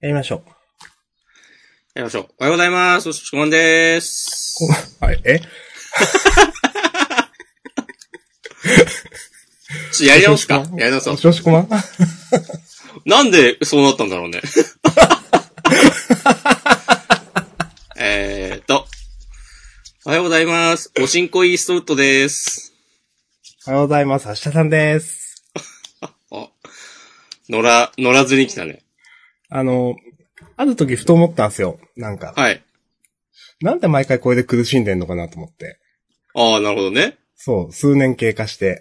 やりましょう。やりましょう。おはようございます。おしこまんでーす。 はい、えちょやり直すか。やり直そう。少子こまなんでそうなったんだろう ね。えーっと。おはようございます。おしんこイーストウッドです。おはようございます。明日さんです。あ、乗ら、乗らずに来たね。あの、ある時ふと思ったんですよ。なんか、はい。なんで毎回これで苦しんでんのかなと思って。ああ、なるほどね。そう、数年経過して。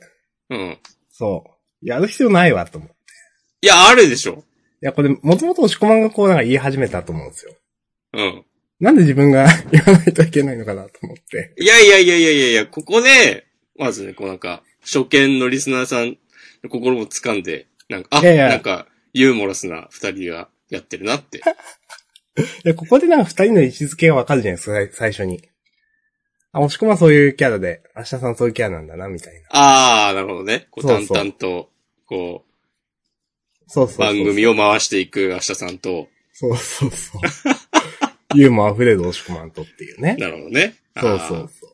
うん。そう。やる必要ないわ、と思う。いいや、あるでしょ。や、これ、もともと押し込まんがこうなんか言い始めたと思うんですよ。うん。なんで自分が 言わないといけないのかなと思って。いやいやいやいやいやいや、ここで、まずね、こうなんか、初見のリスナーさんの心も掴んで、なんか、あ、いやいやなんか、ユーモラスな二人がやってるなって。いや、ここでなんか二人の位置づけがわかるじゃないですか、最最初に。あ、押し込まんそういうキャラで、明日さんそういうキャラなんだな、みたいな。あー、なるほどね。こう、そう淡そう々と、こそうそうう、そうそう番組を回していく明日さんと、そうそうそう。ユーモア溢れる押し込まんとっていうね。なるほどね。あそうーそう。そう。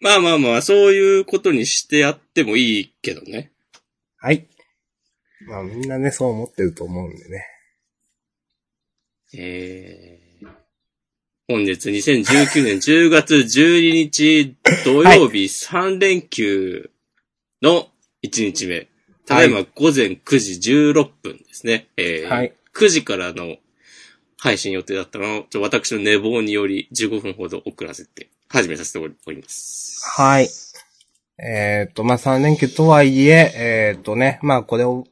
まあまあまあ、そういうことにしてやってもいいけどね。はい。まあみんなね、そう思ってると思うんでね。えー、本日2019年10月12日土曜日3連休の1日目。ただいま午前9時16分ですね。えーはい9時からの配信予定だったのを、ちょ私の寝坊により15分ほど遅らせて始めさせております。はい。えっ、と、まあ3連休とはいえ、えっ、とね、まあこれを、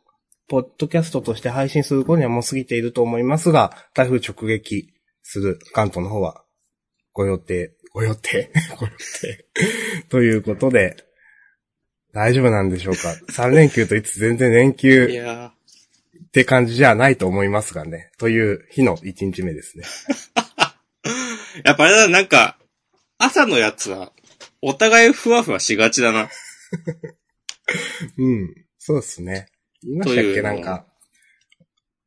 ポッドキャストとして配信する頃にはもう過ぎていると思いますが、台風直撃する関東の方は、ご予定、ご予定、 ご予定。ということで、大丈夫なんでしょうか ?3 連休といつ全然連休。いやって感じじゃないと思いますがね。という日の1日目ですね。ーやっぱあれだな、なんか、朝のやつは、お互いふわふわしがちだな。うん。そうですね。言いましたとっいけうのなはんか。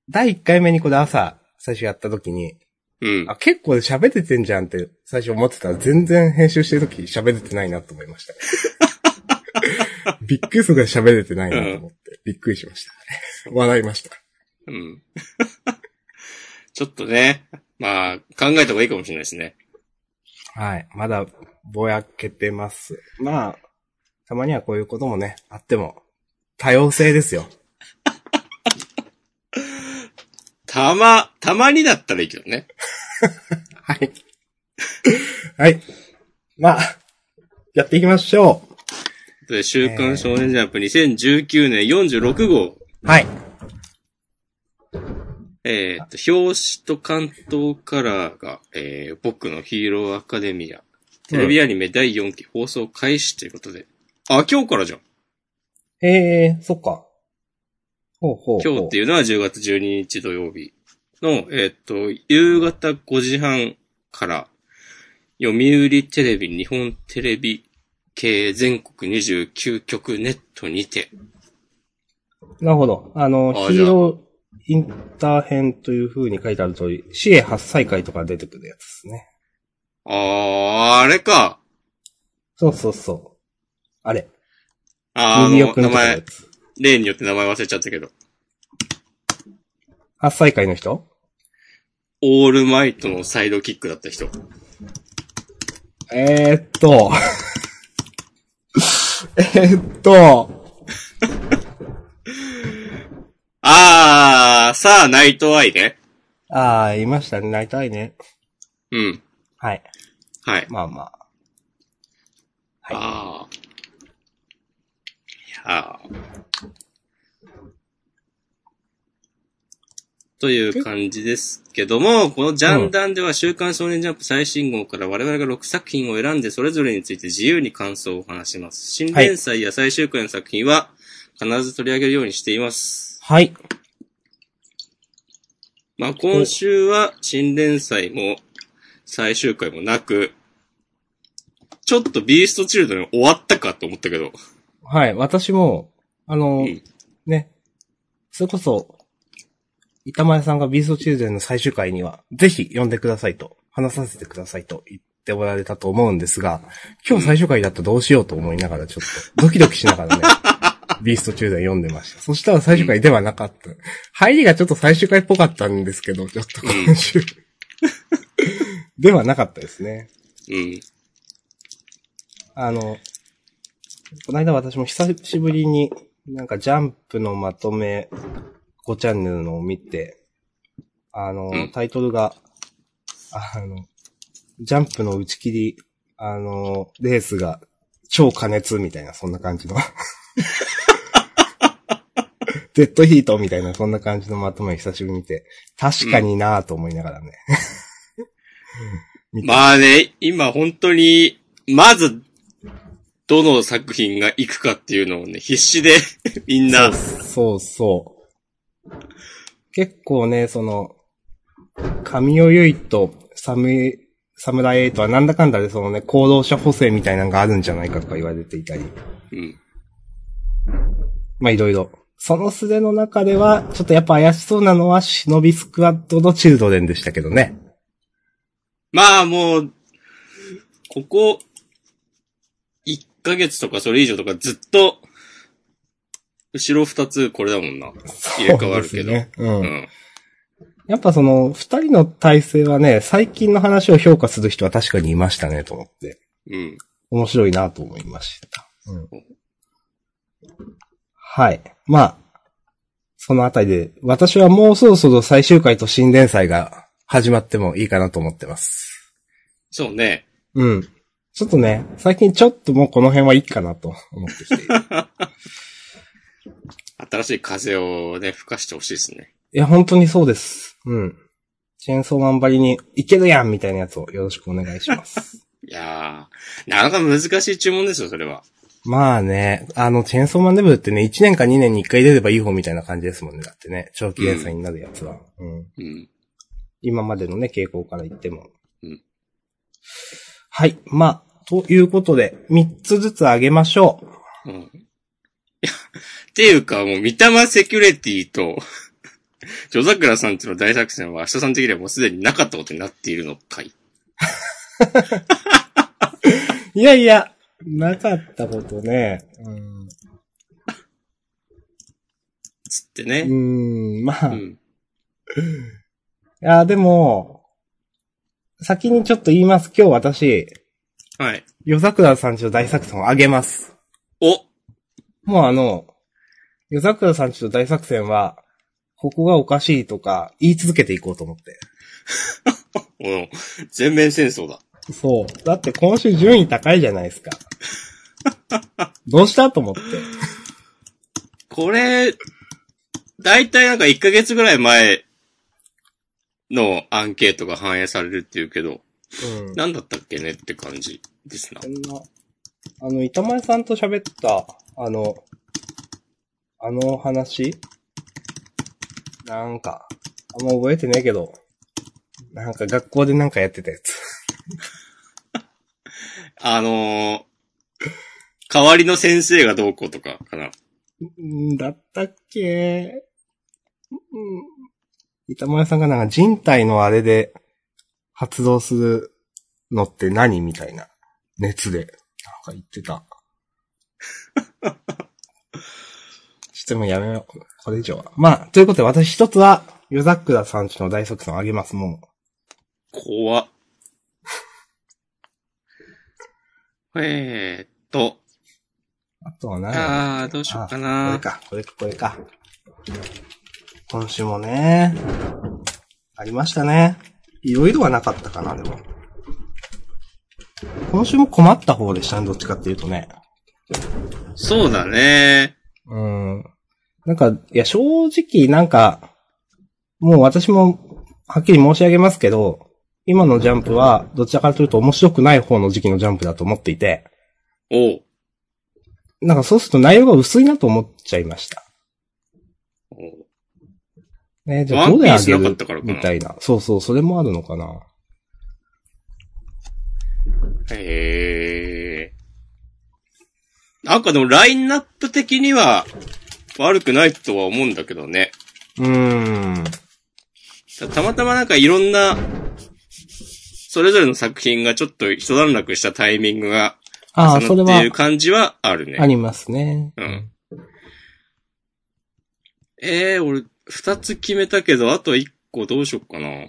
第1回目にこれ朝、最初やった時に、うん。あ、結構喋れてんじゃんって最初思ってたら全然編集してる時喋れてないなと思い ました。びっくりするぐらい喋れてないなと思って、びっくりしました。笑いました。うん。 ちょっとね、まあ、考えた方がいいかもしれないですね。はい。まだ、ぼやけてます。まあ、たまにはこういうこともね、あっても、多様性ですよ。たま、たまにだったらいいけどね。はい。はい。まあ、やっていきましょで、週刊少年ジャンプ2019年46号、う。はい。えーっと、表紙と関東カラーが、えー、僕のヒーローアカデミア、テレビアニメ第4期放送開始ということで。あ、今日からじゃん。えー、そっか。ほうほうほう。今日っていうのは10月12日土曜日の、えーっと、夕方5時半から、読売テレビ、日本テレビ系全国29局ネットにて、なるほど。あの、あヒーローインター編という風に書いてある通り、死へ8歳会とか出てくるやつですね。あー、あれか。そうそうそう。あれ。あーあ右の、奥の名とこのや前、つ。例によって名前忘れちゃったけど。 8歳会の人オールマイトのサイドキックだった人。えー、っと。 えーっと。あー、さあ、ナイトアイね。あー、いましたね。なりたいね。うん。はい。はい。まあまあ。はいああ。いやーという感じですけども、このジャンダンでは週刊少年ジャンプ最新号から我々が6作品を選んでそれぞれについて自由に感想を話します。新連載や最終回の作品は必ず取り上げるようにしています。はい。まあ今週は新連載も最終回もなく、ちょっとビーストチルドレン終わったかと思ったけど。はい。私も、あの、うんね、それこそ、板前さんがビーストチルドレンの最終回には、ぜひ呼んでくださいと、話させてくださいと言っておられたと思うんですが、今日最終回だったらどうしようと思いながらちょっと、ドキドキしながらね、ビーストチルドレン読んでました。そしたら最終回ではなかった。入りがちょっと最終回っぽかったんですけど、ちょっと今週。 ではなかったですね。うん。あの、この間私も久しぶりに、なんかジャンプのまとめ5チャンネルのを見て、あの、うんタイトルが、あの、ジャンプの打ち切り、あの、レースが超過熱みたいな、そんな感じ の。デッドヒートみたいな、そんな感じのまとめを久しぶりに見て、確かになぁと思いながらね。まあね、今本当に、まず、どの作品が行くかっていうのをね、必死で、 みんな、そうそう。結構ね、その、神尾結衣とサム、サムライエイトはなんだかんだでそのね、行動者補正みたいなのがあるんじゃないかとか言われていたり。うん。まあいろいろ。そのすれの中では、ちょっとやっぱ怪しそうなのは、忍びスクワットのチルドレンでしたけどね。まあもう、ここ、1ヶ月とかそれ以上とかずっと、後ろ2つこれだもんな。入れ替わるそうですけど。ねうん。うん。やっぱその、二人の体制はね、最近の話を評価する人は確かにいましたね、と思って。うん。面白いなと思いました。はい。まあ、そのあたりで、私はもうそろそろ最終回と新連載が始まってもいいかなと思ってます。そうね。うん。ちょっとね、最近ちょっともうこの辺はいいかなと思ってき ている。新しい風をね、吹かしてほしいですね。いや、本当にそうです。うん。チェーンソーマンばりに、いけるやんみたいなやつをよろしくお願いします。いやー、なかなか難しい注文ですよ、それは。まあね、あの、チェーンソーマンレベルってね、1年か2年に1回出ればいい方みたいな感じですもんね。だってね、長期連載になるやつは。うんうん。今までのね、傾向から言っても。うんはい。まあ、ということで、3つずつ上げましょう。うん。いや、っていうか、もう、三玉セキュリティと、 ジョザクラさんちの大作戦は、明日さん的にはもうすでになかったことになっているのかい。いやいや、なかったことね。うん。つってね。うん、まあ、ういん。や、でも、先にちょっと言います。今日私、はい。夜桜さんちの大作戦を上げます。おもうあの、夜桜さんちの大作戦は、ここがおかしいとか、言い続けていこうと思って。うん。全面戦争だ。そう。だって今週順位高いじゃないですか。どうしたと思って。これ、だいたいなんか1ヶ月ぐらい前のアンケートが反映されるっていうけど、うん。何だったっけねって感じですなこ。んな、あの、板前さんと喋った、あの、あの話なんか、あんま覚えてねえけど、なんか学校でなんかやってたやつ。あのー、代わりの先生がどうこうとかかな。うんだったっけうん。板前さんがなんか人体のあれで発動するのって何みたいな熱で、なんか言ってた。 ちょっともうやめよう。これ以上は。まあ、ということで私一つは、夜桜さんちの大作戦をあげます、も怖っ。 えーっと、う。あとは何やろあー、どうしようかこれな。か、これか、これか。今週もね、ありましたね。いろいろはなかったかな、でも。今週も困った方でしたね、どっちかっていうとね。そうだね。うん。なんか、いや、正直、なんか、もう私も、はっきり申し上げますけど、今のジャンプは、どちらかというと面白くない方の時期のジャンプだと思っていて、おうなんかそうすると内容が薄いなと思っちゃいました。おうね、じゃあどうでワあンピーげスなかっるたからかなみたいな。そうそう、それもあるのかな。へー。なんかでもラインナップ的には悪くないとは思うんだけどね。うーん。たたまたまなんかいろんな、それぞれの作品がちょっと一段落したタイミングがああ、それ重なっているは感じはあるね。ありますね。うん。ええ俺、二つ決めたけど、あと一個どうしよっかな。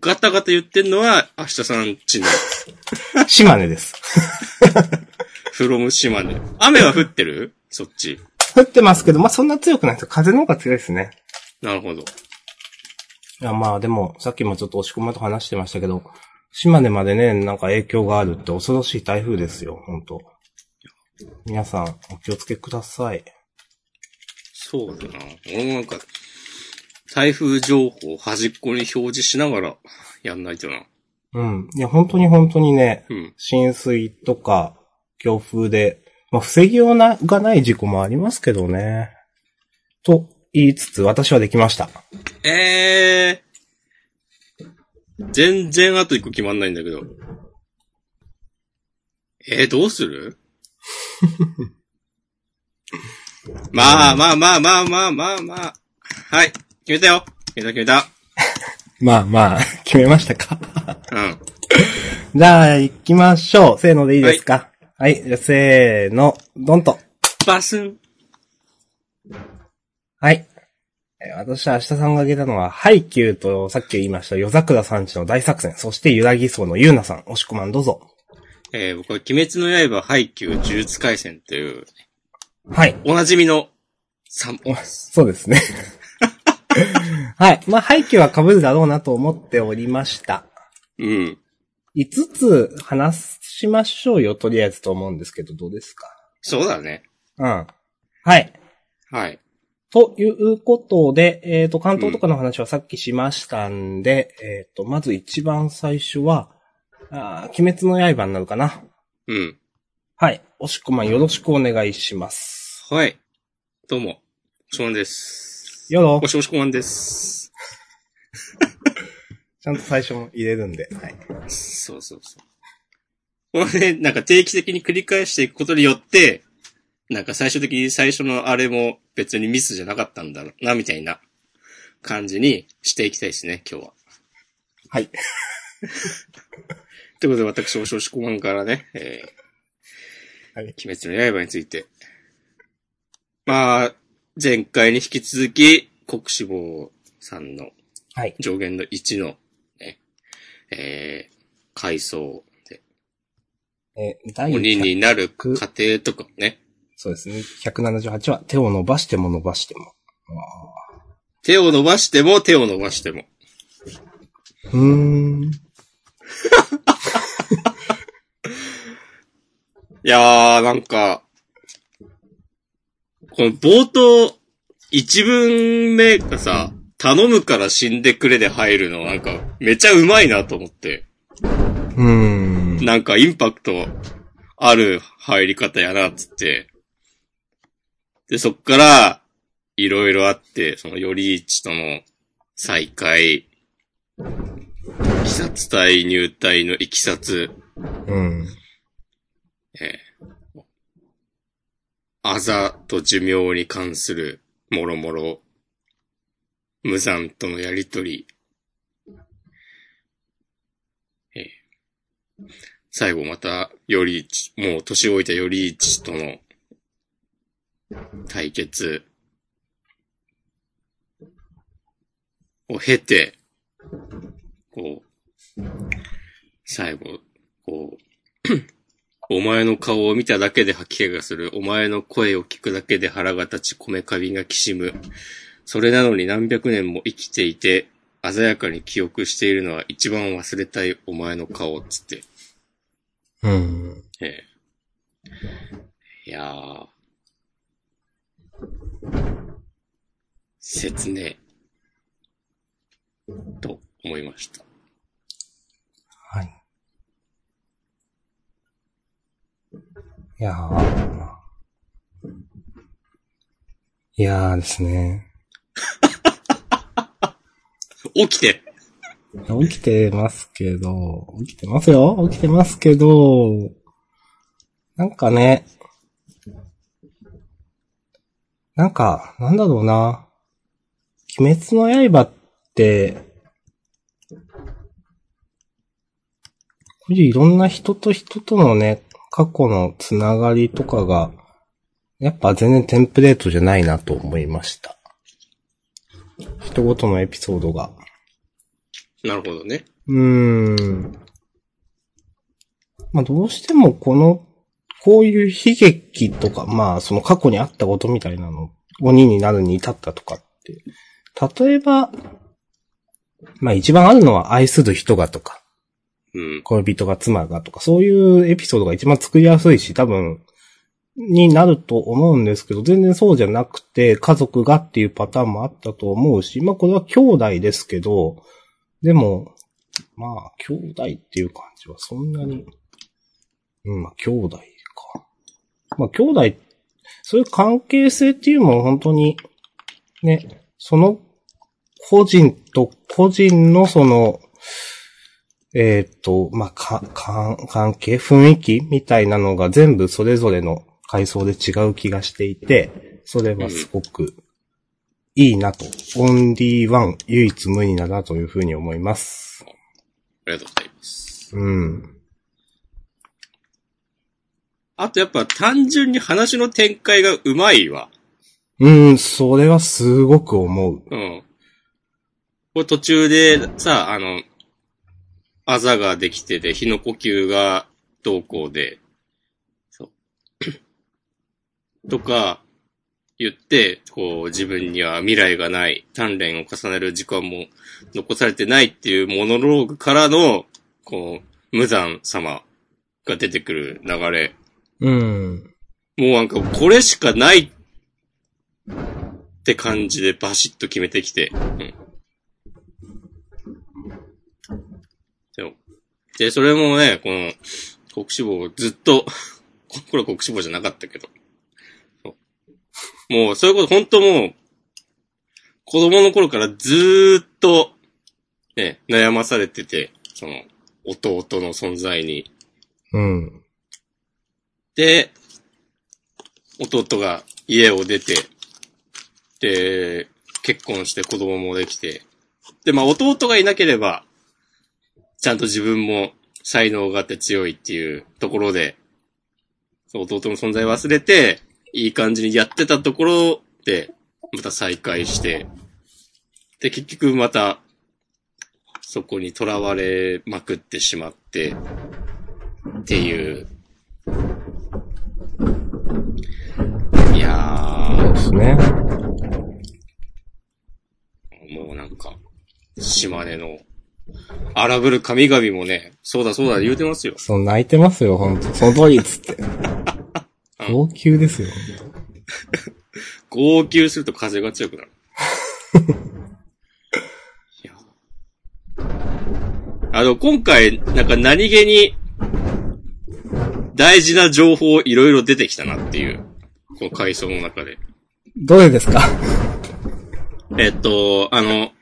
ガタガタ言ってんのは、明日さんちの、島根です。 フロム島根。雨は降ってるそっち。降ってますけど、まあ、そんな強くないですよ。風の方が強いですね。なるほど。いや、まあでも、さっきもちょっと押し込まと話してましたけど、島根までね、なんか影響があるって恐ろしい台風ですよ、ほんと。皆さん、お気をつけください。そうだな。俺もなんか、台風情報を端っこに表示しながら、やんないとな。うん。いや、本当に本当にね、うん。浸水とか、強風で、まあ、防ぎようながない事故もありますけどね。と言いつつ、私はできました。ええー。全然あと一個決まんないんだけど。えー、どうす るまあまあまあまあまあまあまあ。はい。決めたよ。決めた決まあまあ、 決めましたか。めた。うん。じゃあ、行きましょう。せーのでいいですか。はい、じゃあせーの、ドンと。バスン。はい。えー私は明日さんが挙げたのは、ハイキューとさっき言いました、夜桜さんちの大作戦、そしてゆらぎそうのゆうなさん、押し込まんどうぞ。えー、僕は鬼滅の刃、ハイキュー、呪術回戦という、はい。おなじみの三本で す。そうですね。はい。まあ、ハイキューは被るだろうなと思っておりました。うん。 5つ話しましょうよ、とりあえずと思うんですけど、どうですかそうだね。うん。はい。はい。ということで、えっ、と、関東とかの話はさっきしましたんで、えっ、と、まず一番最初は、あー鬼滅の刃になるかな。うん。はい。おしこまんよろしくお願いします。はい。どうも。ショーンです。よろお、しおしこまんです。ちゃんと最初も入れるんで。はい。そうそうそう。これね、なんか定期的に繰り返していくことによって、なんか最終的に最初のあれも別にミスじゃなかったんだろうな、みたいな感じにしていきたいですね、今日は。 はい。ということで私、おしおしこまんからね、えーはい鬼滅の刃について。まあ、前回に引き続き、国志望さんのはい。上限の1の、ね、えー、階層で、えー第鬼100になる過程とかね、そうですね。178は手を伸ばしても伸ばしても。手を伸ばしても手を伸ばしても。うーん。いやー、なんか、この冒頭、一文目がさ、頼むから死んでくれで入るの、なんか、めちゃうまいなと思って。うーん。なんかインパクトある入り方やな、つって。で、そっから、いろいろあって、その、より一との再会、鬼殺隊入隊のいきさつ、うん。えーあざと寿命に関する、もろもろ、無残とのやりとり、えー最後また、より一、もう年老いたより一との対決を経て、こう、最後、こう、お前の顔を見ただけで吐き気がする。お前の声を聞くだけで腹が立ち、米かびがきしむ。それなのに何百年も生きていて、鮮やかに記憶しているのは一番忘れたいお前の顔、つって。うん。ええ。いやー。切ねえ。と思いました。はい。いやー。いやーですね。起きて起きてますけど、起きてますよ起きてますけど、なんかね、なんか、なんだろうな。鬼滅の刃って、こういういろんな人と人とのね、過去のつながりとかが、やっぱ全然テンプレートじゃないなと思いました。人ごとのエピソードが。なるほどね。うーん。まあ、どうしてもこの、こういう悲劇とか、まあ、その過去にあったことみたいなの、鬼になるに至ったとかって、例えば、まあ一番あるのは愛する人がとか、うん。恋人が妻がとか、そういうエピソードが一番作りやすいし、多分、になると思うんですけど、全然そうじゃなくて、家族がっていうパターンもあったと思うし、まあこれは兄弟ですけど、でも、まあ、兄弟っていう感じはそんなに、うん、まあ兄弟か。まあ兄弟、そういう関係性っていうのも本当に、ね、その個人と個人のその、えーっ、と、まあ、か、かん、関係、雰囲気みたいなのが全部それぞれの階層で違う気がしていて、それはすごくいいなと。オンリーワン、唯一無二だなというふうに思います。ありがとうございます。うん。あとやっぱ単純に話の展開がうまいわ。うん、それはすごく思う。うん。これ途中でさ、あの、あざができてで、火の呼吸がどうこうで、そう。とか、言って、こう、自分には未来がない、鍛錬を重ねる時間も残されてないっていうモノローグからの、こう、無惨様が出てくる流れ。うん。もうなんか、これしかないって感じでバシッと決めてきて。うん。でも、で、それもね、この、国志望ずっと、 ここれは国志望じゃなかったけど。そうもう、そういうこと、本当もう、子供の頃からずーっと、ね、悩まされてて、その、弟の存在に。うん。で、弟が家を出て、で、結婚して子供もできて、で、まあ弟がいなければ、ちゃんと自分も才能があって強いっていうところで、そう弟の存在忘れて、いい感じにやってたところで、また再会して、で、結局また、そこに囚われまくってしまって、っていういやそうですね。ー、もうなんか、島根の荒ぶる神々もね、そうだそうだ言うてますよ。そう、泣いてますよ、ほんと。その通りっつって。号泣ですよ。号泣すると風が強くなる。 いやあの、今回、なんか何気に、大事な情報いろいろ出てきたなっていう、この回想の中で。どれですかえっと、あの、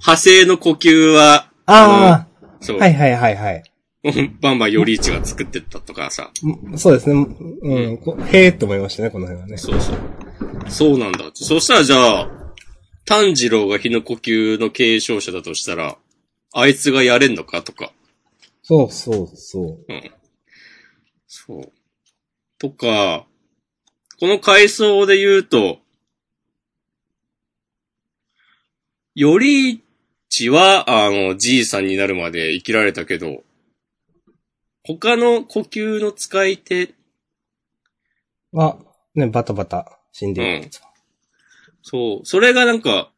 派生の呼吸は、ああのそあ、う、はいはいはいはい。 バンバンより一が作ってったとかさ、うんそうですね。うん、こへーって思いましたね、この辺はね。そうそう。そうなんだ。そしたらじゃあ、炭治郎が火の呼吸の継承者だとしたら、あいつがやれんのかとか。そうそうそう。うん。そう。とか、この階層で言うと、よりちは、あの、じいさんになるまで生きられたけど、他の呼吸の使い手、あ、ね、バタバタ死んでいくやつそう。それがなんか、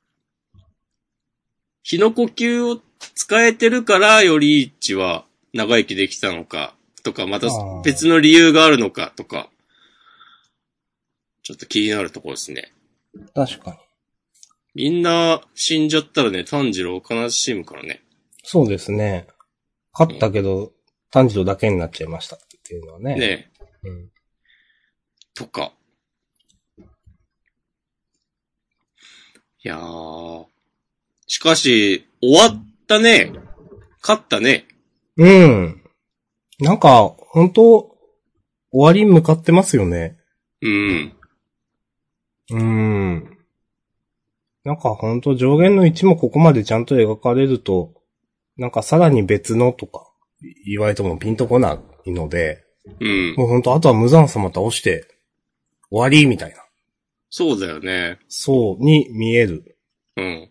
火の呼吸を使えてるから、より一は長生きできたのか、とか、またあー別の理由があるのか、とか、ちょっと気になるところですね。確かに。みんな死んじゃったらね、炭治郎悲しむからね。そうですね。勝ったけど、炭治郎だけになっちゃいましたっていうのはね。ねうん、とか。いやー。しかし、終わったね。勝ったね。うん。なんか、本当終わりに向かってますよね。うん。うーん。なんかほんと上限の1もここまでちゃんと描かれると、なんかさらに別のとかい言われてもピンとこないので、うん。もうほんとあとは無惨様倒して終わりみたいな。そうだよね。そうに見える。うん。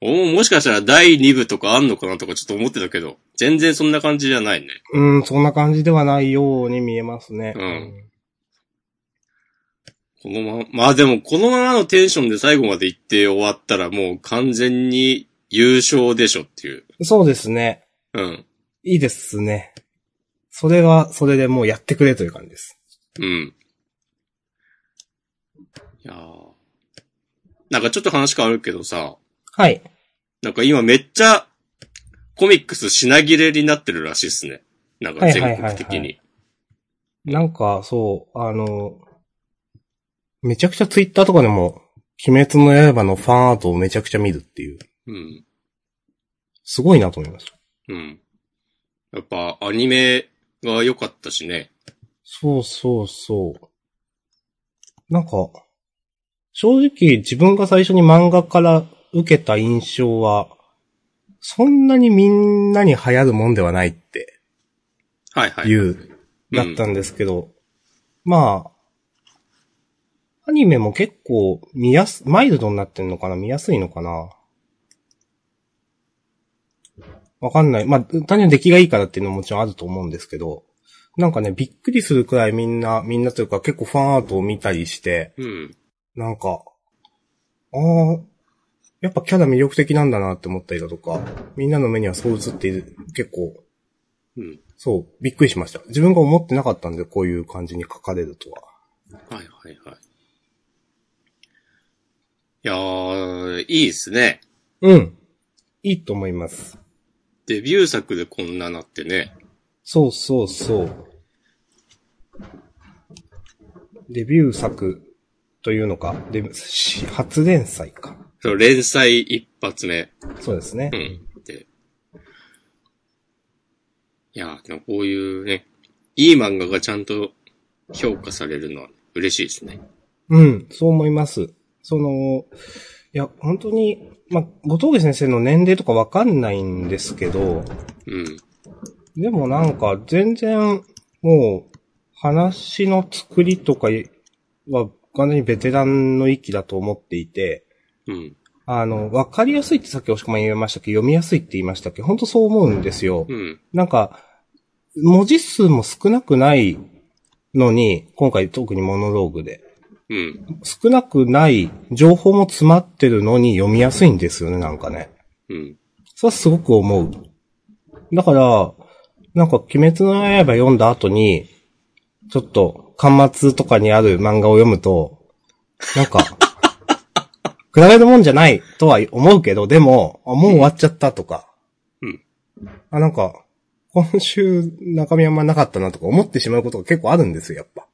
おもしかしたら第2部とかあんのかなとかちょっと思ってたけど、全然そんな感じじゃないね。うん、そんな感じではないように見えますね。うんこのまま、まあでもこのままのテンションで最後まで行って終わったらもう完全に優勝でしょっていう。そうですね。うん。いいですね。それは、それでもうやってくれという感じです。うん。いやーなんかちょっと話変わるけどさ、はい。なんか今めっちゃコミックス品切れになってるらしいっすね。なんか全国的はいはいはいはに。なんか、そう、あの、めちゃくちゃツイッターとかでも、鬼滅の刃のファンアートをめちゃくちゃ見るっていう、うん。すごいなと思いました。うん。やっぱアニメが良かったしね。そうそうそう。なんか、正直自分が最初に漫画から受けた印象は、そんなにみんなに流行るもんではないってはいはい。いうだったんですけど、まあ、アニメも結構見やす、マイルドになってんのかな見やすいのかなわかんない。まあ、単純に出来がいいからっていうのももちろんあると思うんですけど、なんかね、びっくりするくらいみんな、みんなというか結構ファンアートを見たりして、うん。なんか、ああ、やっぱキャラ魅力的なんだなって思ったりだとか、みんなの目にはそう映っている、結構うん。そう、びっくりしました。自分が思ってなかったんで、こういう感じに書かれるとは。はいはいはい。いやー、いいっすね。うん。いいと思います。デビュー作でこんななってね。そうそうそう。デビュー作というのか、デビューし、初連載か。そう連載一発目。そうですねう。ん。で。いやー、でもこういうね、いい漫画がちゃんと評価されるのは嬉しいですね。うん、そう思います。その、いや、本当に、まあ、後峠先生の年齢とかわかんないんですけど、うん。でもなんか、全然、もう、話の作りとかは、完全にベテランの域だと思っていて、うん。あの、わかりやすいってさっきおしくま言いましたっけど、読みやすいって言いましたっけど、本当そう思うんですよ。うん。なんか、文字数も少なくないのに、今回特にモノローグで、うん。少なくない情報も詰まってるのに読みやすいんですよね、なんかね。うん。それはすごく思う。だから、なんか、鬼滅の刃読んだ後に、ちょっと、端末とかにある漫画を読むと、なんか、 比べるもんじゃないとは思うけど、でも、あもう終わっちゃったとか。うん。あ、なんか、今週中身あんまなかったなとか思ってしまうことが結構あるんですよ、やっ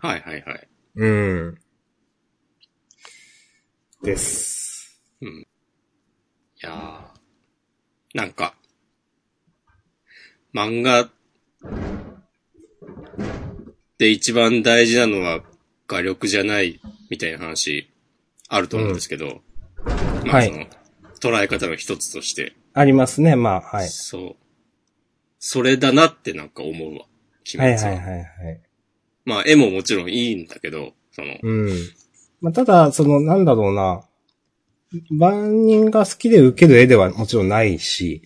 ぱ。はいはいはい。うん。です。いやーなんか、漫画で一番大事なのは画力じゃないみたいな話あると思うんですけど、まあはいその、捉え方の一つとして、ありますね、まあ、はい。そう。それだなってなんか思うはわ。い鬼滅ははいはいはい。まあ絵ももちろんいいんだけど、その、うん。まあ、ただ、その、なんだろうな。万人が好きで受ける絵ではもちろんないし、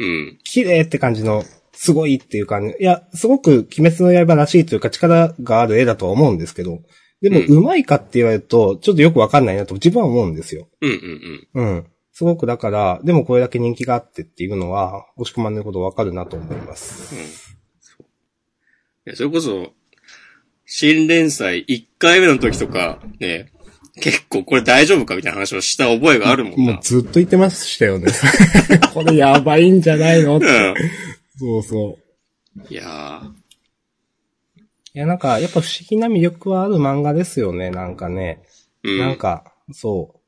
うん、綺麗って感じの、すごいっていう感じ。いや、すごく鬼滅の刃らしいというか力がある絵だとは思うんですけど、でも、うんうまいかって言われると、ちょっとよくわかんないなと自分は思うんですよ。うんうんうん。うん。すごくだから、でもこれだけ人気があってっていうのは、押し込まんの言うことわかるなと思います。いや、それこそ、新連載1回目の時とか、ね、結構これ大丈夫かみたいな話をした覚えがあるもんもな。ううずっと言ってましたよね。 これやばいんじゃないのってん。そうそう。いやいや、なんか、やっぱ不思議な魅力はある漫画ですよね、なんかね。ー。うん。なんか、そ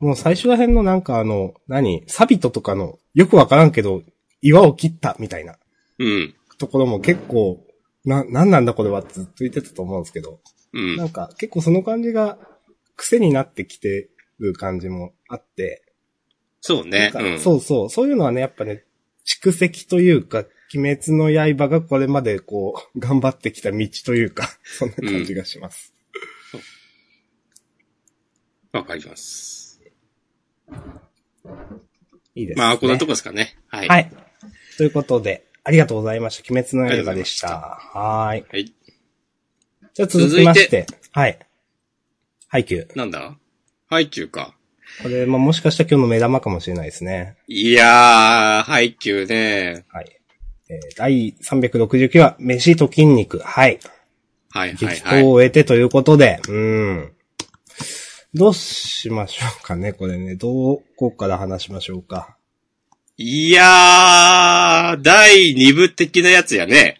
う。もう最初ら辺のなんかあの、何サビトとかの、よくわからんけど、岩を切ったみたいなうん。ところも結構、な、なんなんだこれはってずっと言ってたと思うんですけど、うん。なんか結構その感じが、癖になってきてる感じもあって、そうね。なんかうん。そうそう、そういうのはね、やっぱね、蓄積というか、鬼滅の刃がこれまでこう、頑張ってきた道というか、 そんな感じがします。わかります。いいですね。まあ、こんなとこですかね。はい。。はいい。ということで、ありがとうございました。鬼滅の刃でした。ありはーい。はい。じゃあ続きまして、はい。ハイキュー。なんだハイキューか。これ、まあ、もしかしたら今日の目玉かもしれないですね。いやー、ハイキューね。はい。えー、第369話、飯と筋肉。はい。はいはい激はい。闘を終えてということで、うん。どうしましょうかね、これね。どこから話しましょうか。いやー、第2部的なやつやね。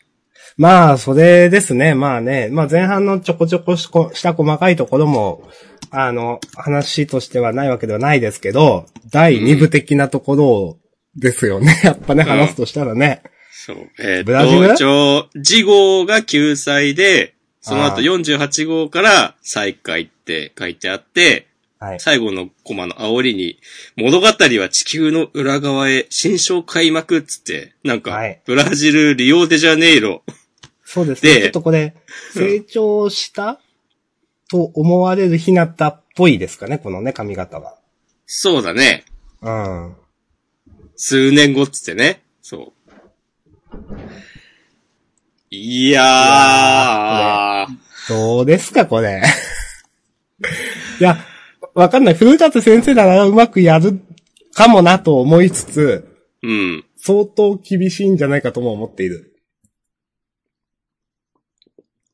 まあ、それですね。まあね。まあ前半のちょこちょこしこした細かいところも、あの、話としてはないわけではないですけど、第2部的なところですよね。やっぱね、うん話すとしたらね。そう。えーブラジルっと、一応、次号が救済で、そのあ後ー48号から再開って書いてあって、はい。最後のコマの煽りに、物語は地球の裏側へ新章開幕っつって、なんか、はいブラジル、リオデジャネイロ。そうですね。でちょっとこれ、成長したと思われるひなたっぽいですかね、このね、髪型は。そうだね。うん。数年後っつってね。そう。いやー。どうですか、これ。 いや、わかんない。古舘先生ならうまくやるかもなと思いつつ、うん。相当厳しいんじゃないかとも思っている。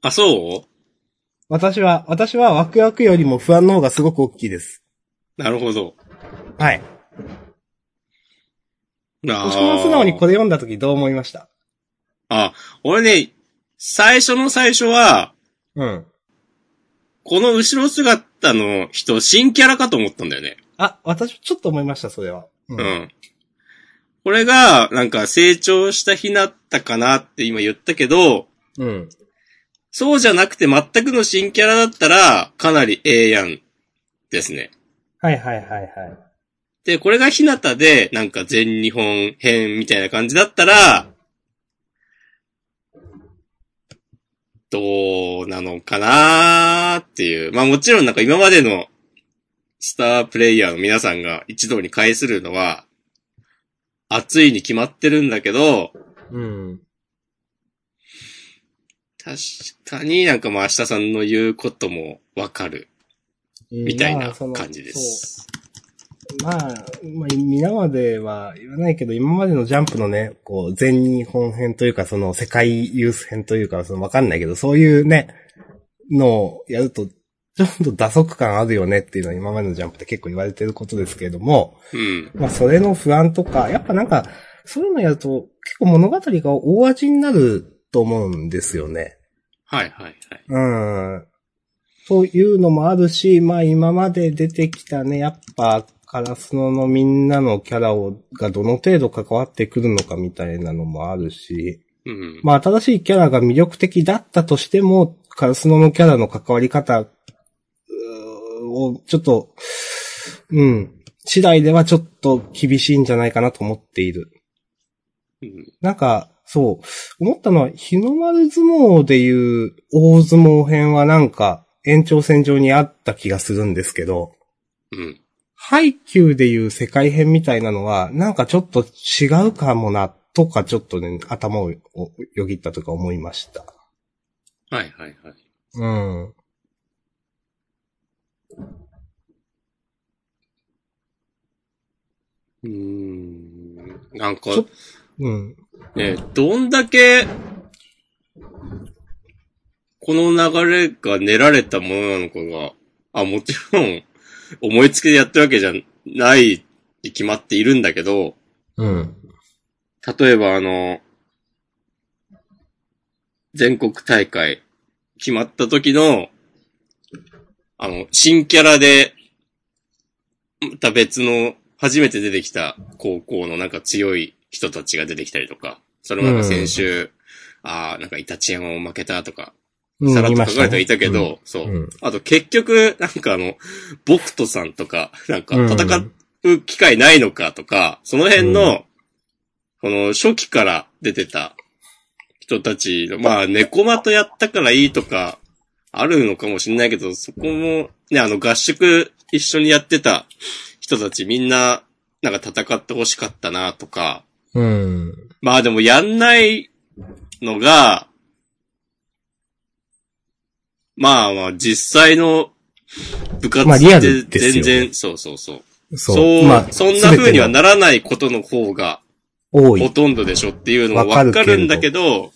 あ、そ私は、私はワクワクよりも不安の方がすごく大きいです。うなるほど。はい。あー星野素直にこれ読んだ時どう思いましたあ、俺ね、最初の最初は、うん。この後ろ姿の人、新キャラかと思ったんだよね。あ、私ちょっと思いました、それは。うう。ん。これが、なんか成長した日なったかなって今言ったけど、うん。そうじゃなくて全くの新キャラだったら、かなりええやんですね。はいはいはいはい。で、これが日向で、なんか全日本編みたいな感じだったら、どうなのかなーっていう。まあもちろんなんか今までのスタープレイヤーの皆さんが一堂に会するのは、熱いに決まってるんだけど、うん。確かになんかまあ明日さんの言うこともわかるみたいまなあその感じでそうす。まあ、まあ、皆までは言わないけど、今までのジャンプのね、こう、全日本編というか、その世界ユース編というか、そのわかんないけど、そういうね、のをやると、ちょっと打足感あるよねっていうのは今までのジャンプって結構言われてることですけれども、うん。まあそれの不安とか、やっぱなんか、そういうのやると結構物語が大味になると思うんですよね。はいはいはうい。ん。そういうのもあるし、まあ今まで出てきたね、やっぱカラスノのみんなのキャラを、がどの程度関わってくるのかみたいなのもあるし、うん。まあ新しいキャラが魅力的だったとしても、カラスノのキャラの関わり方うーをちょっと、うん、次第ではちょっと厳しいんじゃないかなと思っている。うんなんか、そう、思ったのは、日の丸相撲でいう大相撲編はなんか、延長線上にあった気がするんですけど、うん。ハイキューでいう世界編みたいなのは、なんかちょっと違うかもな、とかちょっとね、頭をよぎったというか思いました。はいはいはい。うん。うーんなんかち、ょうん。ね、どんだけ、この流れが練られたものなのかが、あ、もちろん、思いつきでやってるわけじゃないって決まっているんだけど、うん。例えばあの、全国大会決まった時の、あの、新キャラで、また別の、初めて出てきた高校のなんか強い人たちが出てきたりとか、それもなんか先週、ああ、なんかイタチ山を負けたとか、うんさらっ見とま書しかたれねてはいたけど、そう、うんあと結局、なんかあの、ボクトさんとか、なんかうん戦う機会ないのかとか、その辺の、この初期から出てた人たちの、まあ、猫間とやったからいいとか、あるのかもしれないけど、そこも、ね、あの合宿一緒にやってた人たちみんな、なんか戦ってほしかったなとか、うん。まあでもやんないのが、まあまあ実際の部活まあリアっルてですよ全然、そうそうそう。そ。そうう、まあ、そんな風には全てならないことの方がの多ほい。とんどでしょっていうのはわかわるけかれどるんだけど、っ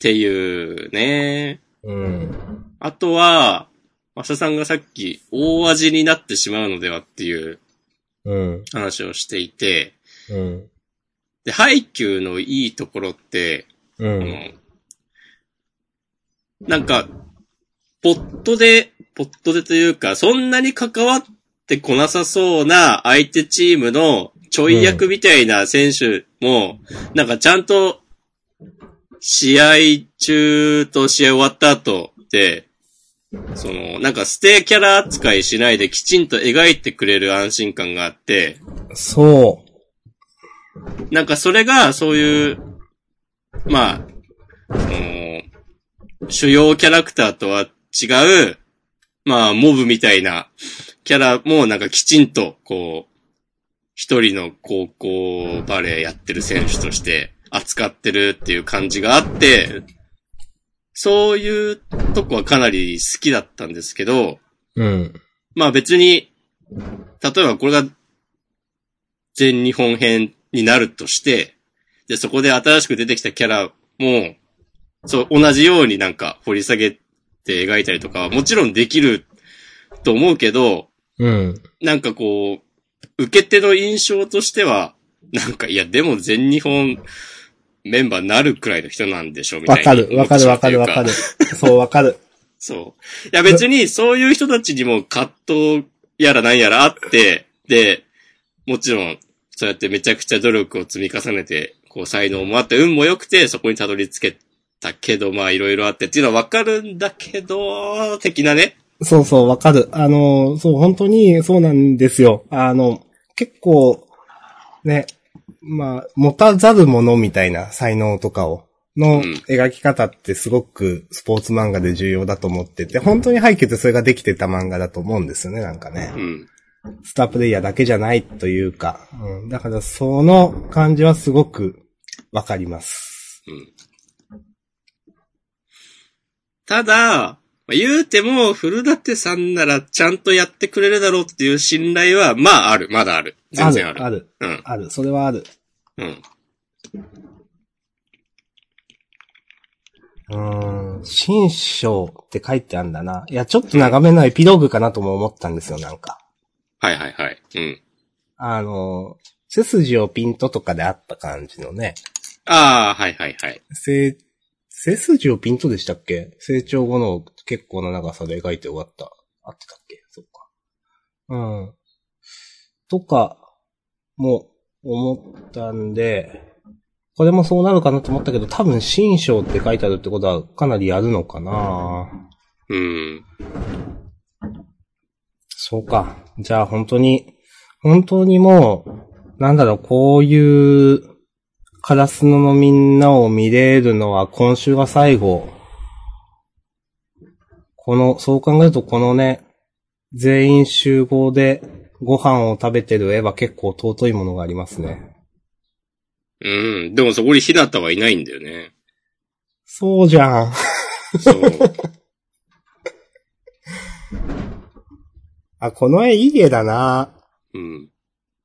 ていうね。うん。あとは、マサさんがさっき大味になってしまうのではっていううん。話をしていて、うん。で、ハイキューのいいところって、うあん。のなんか、ポットで、ポットでというか、そんなに関わってこなさそうな相手チームのちょい役みたいな選手も、なんかちゃんと、試合中と試合終わった後で、その、なんかステーキャラ扱いしないできちんと描いてくれる安心感があって、そなんかそれが、そういう、まあ、あの主要キャラクターとは違う、まあ、モブみたいなキャラもなんかきちんと、こう、一人の高校バレーやってる選手として扱ってるっていう感じがあって、そういうとこはかなり好きだったんですけど、う。うん。まあ別に、例えばこれが全日本編になるとして、で、そこで新しく出てきたキャラも、そう、同じようになんか掘り下げて描いたりとかは、もちろんできると思うけど、うん。なんかこう、受け手の印象としては、なんか、いや、でも全日本メンバーになるくらいの人なんでしょ、みたわいかな。る、わかる、わかる、わかる。そう、わかる。そう。いや別に、そういう人たちにも葛藤やらなんやらあって、で、もちろん、そうやってめちゃくちゃ努力を積み重ねて、こう才能もあって、運も良くて、そこにたどり着けたけど、まあいろいろあってっていうのはわかるんだけど、的なね。そうそう、わかる。あの、そう、本当にそうなんですよ。あの、結構、ね、まあ、持たざるものみたいな才能とかを、うんの描き方ってすごくスポーツ漫画で重要だと思ってて、本当に背景ってそれができてた漫画だと思うんですよね、なんかね。うん。スタープレイヤーだけじゃないというか。うん、だからその感じはすごくわかります。うん。ただ、まあ言うても、古舘さんならちゃんとやってくれるだろうっていう信頼は、まあある。まだある。全然ある。ある、うん。ある。それはある。うん。うーん、新章って書いてあるんだな。いや、ちょっと長めのエピローグかなとも思ったんですよ、なんか。はいはいはい。うん。あの、背筋をピントとかであった感じのね。ああ、はいはいはい。せ、背筋をピントでしたっけ成長後の結構な長さで描いて終わった。あってたっけそっか。うん。とか、も思ったんで、これもそうなるかなと思ったけど、多分新章って書いてあるってことはかなりやるのかなうん。そうか。じゃあ本当に、本当にもう、なんだろう、こういう、カラスノのみんなを見れるのは今週が最後。この、そう考えるとこのね、全員集合でご飯を食べてる絵は結構尊いものがありますね。うん。でもそこにひなたはいないんだよね。そうじゃん。 そう。あ、この絵いい絵だな。うん。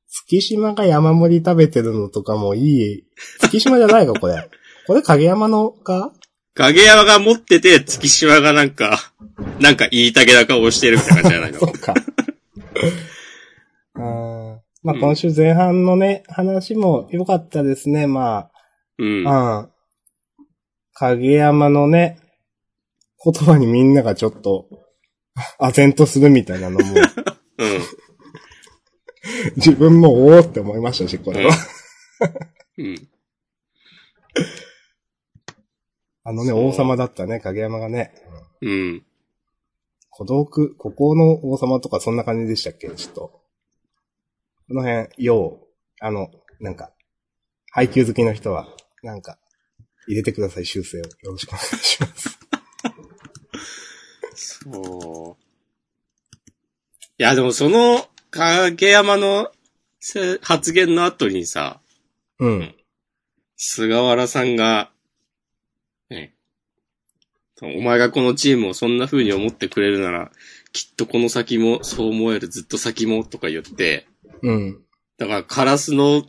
月島が山盛り食べてるのとかもいい。月島じゃないか、これ。これ影山のか影山が持ってて、月島がなんか、なんか言いたげな顔をしてるみたいな感じじゃないの そうか。あーまあ、今週前半のね、話も良かったですね。まうん。あ、うん。影山のね、言葉にみんながちょっと、 唖然とするみたいな のも、うん。自分もおおって思いました し、これは。うん。ああのね、そう王様だったね、影山がね。うんうん。孤独、孤高の王様とかそんな感じでしたっけちょっと。この辺、よう、あの、なんか、配給好きの人は、なんか、入れてください、修正を。よろしくお願いします。そう。いや、でもその、影山のせ発言の後にさ、うん。菅原さんが、ね、お前がこのチームをそんな風に思ってくれるなら、きっとこの先もそう思えるずっと先もとか言って、うん。だからカラスの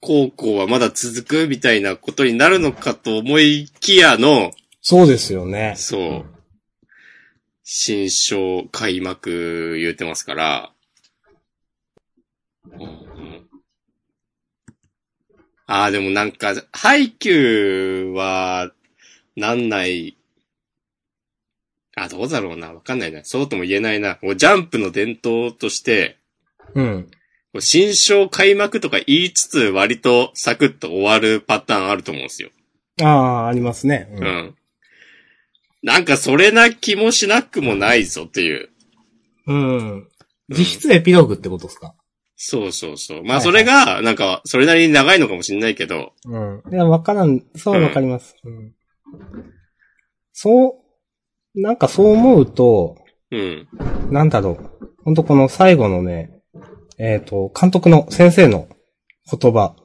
高校はまだ続くみたいなことになるのかと思いきやの、そうですよね。そう。新章開幕言うてますから。うんうんああ、でもなんか、ハイキューは、なんない。あ、どうだろうな。わかんないな。そうとも言えないな。こうジャンプの伝統として、うん。こう新章開幕とか言いつつ割とサクッと終わるパターンあると思うんですよ。ああ、ありますね。う。うんん。なんかそれな気もしなくもないぞっていう。うん。実質エピローグってことですかそうそうそう。まあそれが、なんか、それなりに長いのかもしれないけど、うん。いや、わからん。そう、わかります。うん。そう、なんかそう思うと、うん。なんだろう。ほんとこの最後のね、えっ、と、監督の先生の言葉。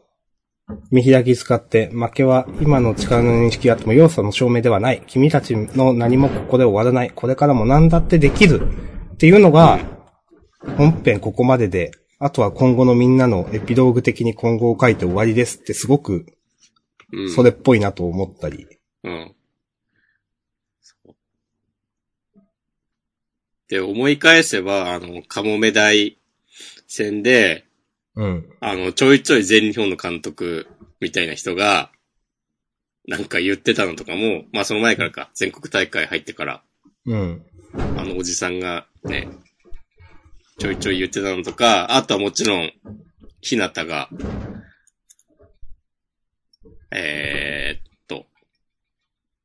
見開き使って、負けは今の力の認識があっても要素の証明ではない。君たちの何もここで終わらない。これからも何だってできる。っていうのが、本編ここまでで、あとは今後のみんなのエピローグ的に今後を書いて終わりですってすごくうん。それっぽいなと思ったり。うん。そうで、思い返せば、あの、カモメ大戦で、うん。あの、ちょいちょい全日本の監督みたいな人が、なんか言ってたのとかも、まあその前からか、全国大会入ってから、うん。あのおじさんがね、ちょいちょい言ってたのとか、あとはもちろん、ひなたが、えーっと、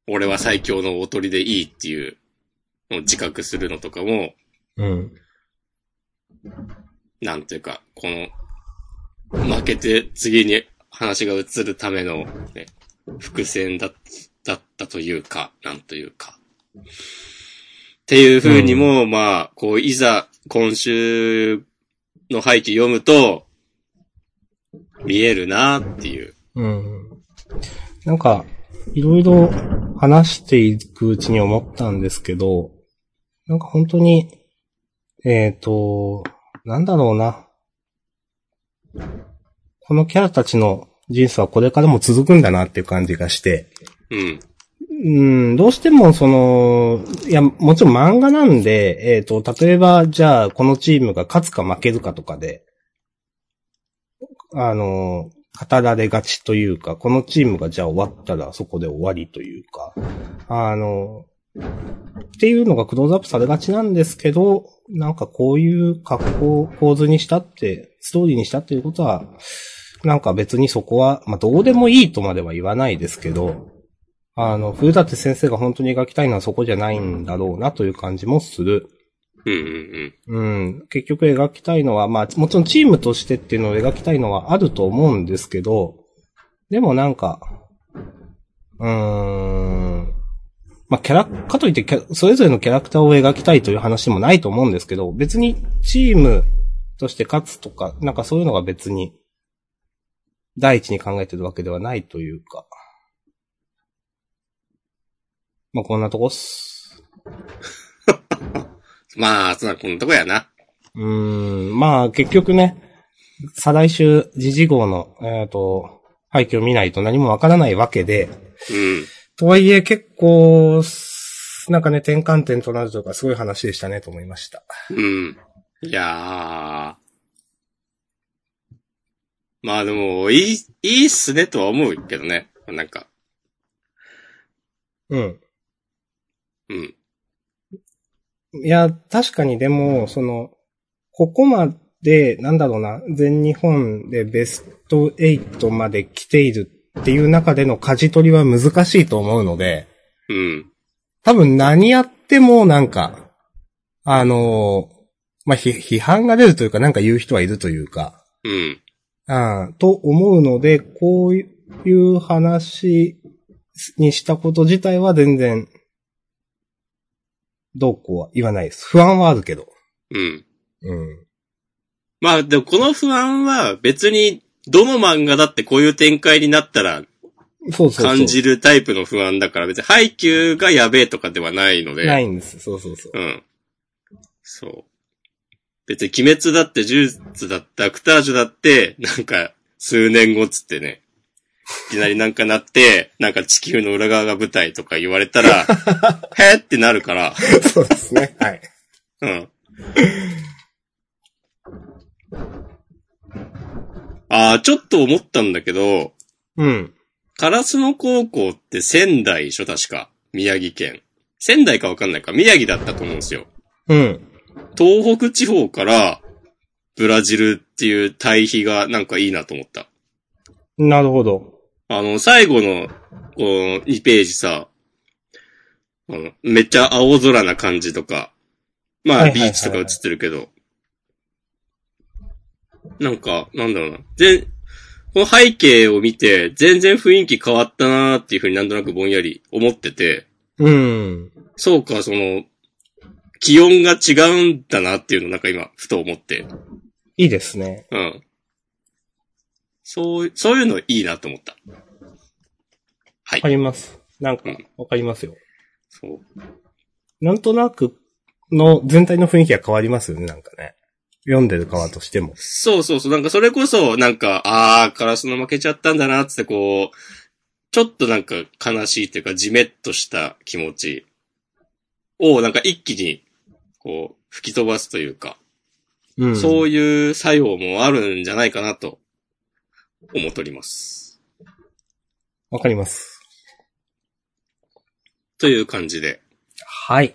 俺は最強のおとりでいいっていうのを自覚するのとかも、うん。なんていうか、この、負けて次に話が移るための、ね、伏線だだったというか、なんというか。っていう風にも、まあ、こう、いざ、今週の背景読むと、見えるなっていう。うん。なんか、いろいろ話していくうちに思ったんですけど、なんか本当に、えっ、と、なんだろうな。このキャラたちの人生はこれからも続くんだなっていう感じがして、うん。うん、どうしてもその、いや、もちろん漫画なんで、えっ、と、例えば、じゃあ、このチームが勝つか負けるかとかで、あの、語られがちというか、このチームがじゃあ終わったらそこで終わりというか、あの、っていうのがクローズアップされがちなんですけど、なんかこういう格好を構図にしたって、ストーリーにしたっていうことは、なんか別にそこは、まあ、どうでもいいとまでは言わないですけど、あの、古舘先生が本当に描きたいのはそこじゃないんだろうなという感じもする。うんうんうん。結局描きたいのは、まあ、もちろんチームとしてっていうのを描きたいのはあると思うんですけど、でもなんか、うーん。まあ、キャラ、かといってキャそれぞれのキャラクターを描きたいという話もないと思うんですけど、別にチームとして勝つとか、なんかそういうのが別に、第一に考えてるわけではないというか。まあ、こんなとこっす。うん。まあ、そんなこんなとこやな。うーん、まあ結局ね、再来週、時事号の、えっ、と、廃棄を見ないと何もわからないわけで、うん。とはいえ結構、すなんかね、転換点となるとかすごい話でしたねと思いました。うん。いやー。まあでも、いい、いいっすねとは思うけどね。なんか、うん。うん。いや、確かにでも、その、ここまで、なんだろうな、全日本でベスト8まで来ているっていう中での舵取りは難しいと思うので、うん。多分何やってもなんか、あのーまあ、ひ批判が出るというか、なんか言う人はいるというか、うん。うん、と思うので、こういう話にしたこと自体は全然、どうこうは言わないです。不安はあるけど。うん。うん。まあ、でもこの不安は別に、どの漫画だってこういう展開になったらそうそうそう。感じるタイプの不安だから、別に配給がやべえとかではないので。ないんです。そうそうそう。うん。そう。別に鬼滅だって、呪術だって、アクタージュだって、なんか、数年後っつってね、いきなりなんかなって、なんか地球の裏側が舞台とか言われたら、へーってなるから、そう ですね。はい。うん。ああ、ちょっと思ったんだけど、うん。烏野高校って仙台でしょ、確か。宮城県。仙台かわかんないか。宮城だったと思うんですよ。うん。東北地方からブラジルっていう対比がなんかいいなと思った。なるほど。あの、最後の、この2ページさ、あのめっちゃ青空な感じとか、まはいあはいはいビはいーチとか映ってるけど、なんか、なんだろうな。全、この背景を見て、全然雰囲気変わったなーっていうふうになんとなくぼんやり思ってて、うん。そうか、その、気温が違うんだなっていうのをなんか今、ふと思って。いいですね。うん。そう、そういうのいいなと思った。はい。わかります。なんかうん、わかりますよ。そう。なんとなくの全体の雰囲気が変わりますよね、なんかね。読んでる側としても。そうそうそう。なんかそれこそ、なんか、あー、カラスの負けちゃったんだなっつってこう、ちょっとなんか悲しいというか、じめっとした気持ちを、なんか一気に、こう、吹き飛ばすというか、うん。そうういう作用もあるんじゃないかなと、思っております。わかります。という感じで。はい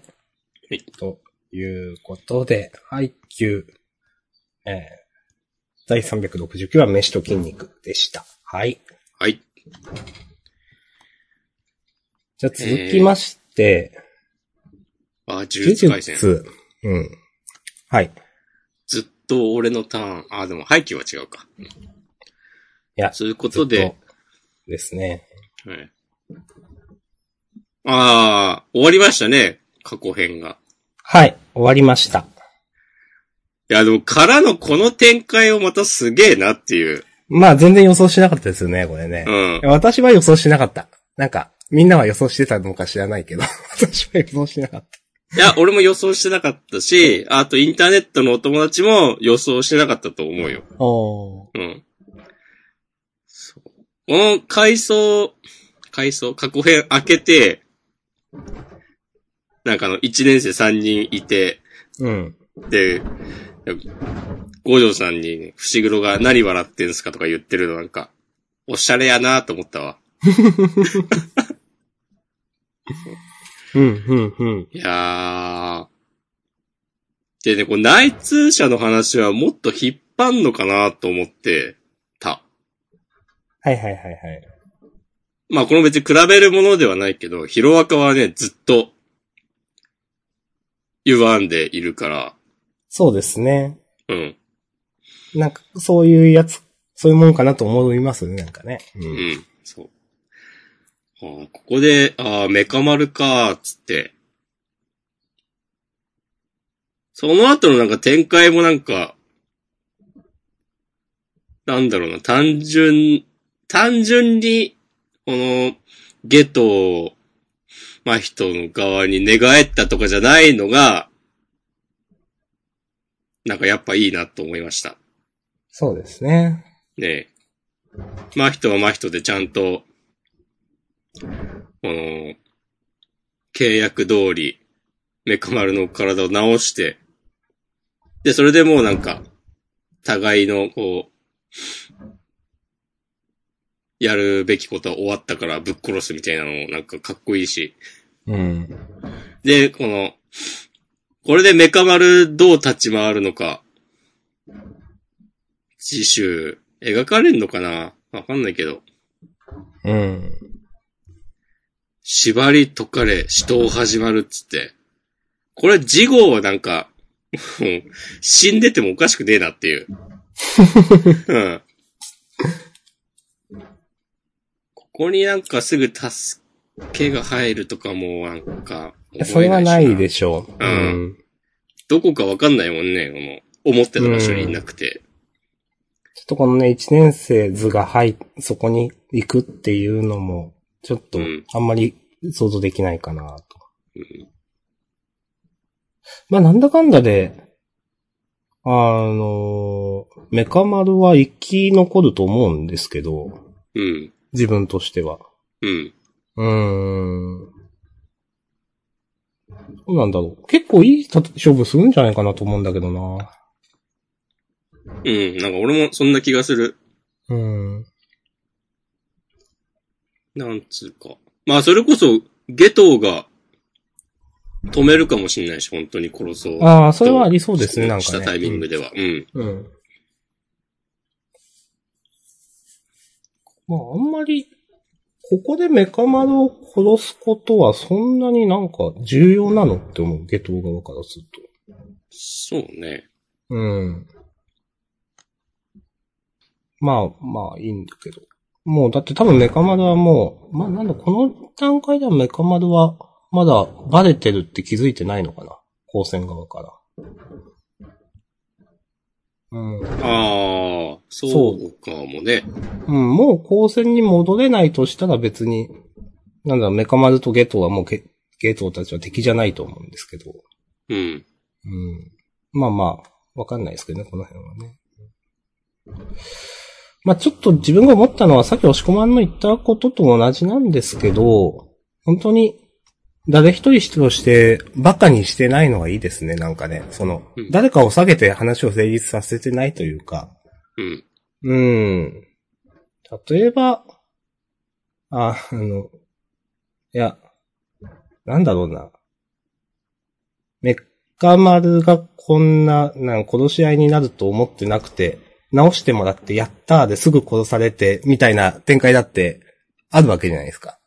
はい。ということで、配給、えー、第369話、飯と筋肉でした。はい。はい。じゃあ続きまして、あー、呪呪術回戦。術。うん。はい。ずっと俺のターン。あ、でも背景は違うか。いやそういうことで、ずっとですね。はい、ああ、終わりましたね。過去編が。はい。終わりました。いや、でも、からのこの展開をまたすげえなっていう。まあ全然予想しなかったですよね、これねう。ん。私は予想しなかった。なんか、みんなは予想してたのか知らないけど、 私は予想してなかっいや、俺も予想してなかったし、あとインターネットのお友達も予想してなかったと思うよ。た。おうん。そうこの回想、回想、過去編開けて、なんかあの、1年生3人いて、うん。で、五条さんに、ね、伏黒が何笑ってんすかとか言ってるのなんか、おしゃれやなと思ったわ。うん、うん、うん。いやー。でね、こう内通者の話はもっと引っ張んのかなと思ってた。はいはいはいはい。まあこの別に比べるものではないけど、ヒロアカはね、ずっと、歪んでいるから、そうですね。うん。なんか、そういうやつ、そういうもんかなと思いますね、なんかね。う。うんん、そう。ああここで、ああ、メカ丸か、つって。その後のなんか展開もなんか、なんだろうな、単純、単純に、この、ゲトま人の側に寝返ったとかじゃないのが、なんかやっぱいいなと思いました。そうですね。ねえ。真人は真人でちゃんと、この、契約通り、メカ丸の体を直して、で、それでもうなんか、互いの、こう、やるべきことは終わったからぶっ殺すみたいなのもなんかかっこいいし。うん。で、この、これでメカ丸どう立ち回るのか、次週、描かれんのかなわかんないけど。うん。縛り解かれ、死闘始まるっつって。これ、事後はなんか、もう死んでてもおかしくねえなっ ていう。うん。ここになんかすぐ助けが入るとかもなんか思えないし、それはないでしょう。うんうん。どこかわかんないもんね、この、思ってた場所にいなくて。ちょっとこのね、一年生図が入っ、そこに行くっていうのも、ちょっとうん、あんまり想像できないかなと。まあ、なんだかんだで、あの、メカ丸は生き残ると思うんですけど、うん。自分としては。うん。うーん。どうなんだろう。結構いいた勝負するんじゃないかなと思うんだけどな。うん。なんか俺もそんな気がする。うん。なんつうか。まあ、それこそ、ゲトウが、止めるかもしれないし、本当に殺そう。ああ、それはありそうですね、なんしかたね。タイミングでは。うん。うん。まあ、あんまり、ここでメカ丸を殺すことはそんなになんか重要なのって思う、ゲトウ側からすると。そうね。うん。まあ、まあ、いいんだけど。もう、だって多分メカ丸はもう、まあ、なんだ、この段階ではメカ丸は、まだバレてるって気づいてないのかな光線側から。うん。ああ、そうかもね。うん、もう光線に戻れないとしたら別に、なんだ、メカ丸とゲトウはもうゲゲトウたちは敵じゃないと思うんですけど。うん。うん。まあまあ、わかんないですけどね、この辺はね。まあちょっと自分が思ったのは、さっき押し込まんの言ったことと同じなんですけど、本当に、誰一人として、バカにしてないのがいいですね、なんかね。そのうん、誰かを下げて話を成立させてないというか、うん。うん。例えば、あ、あの、いや、なんだろうな。メッカ丸がこんな、なん殺し合いになると思ってなくて、直してもらって、やったーですぐ殺されて、みたいな展開だって、あるわけじゃないですか。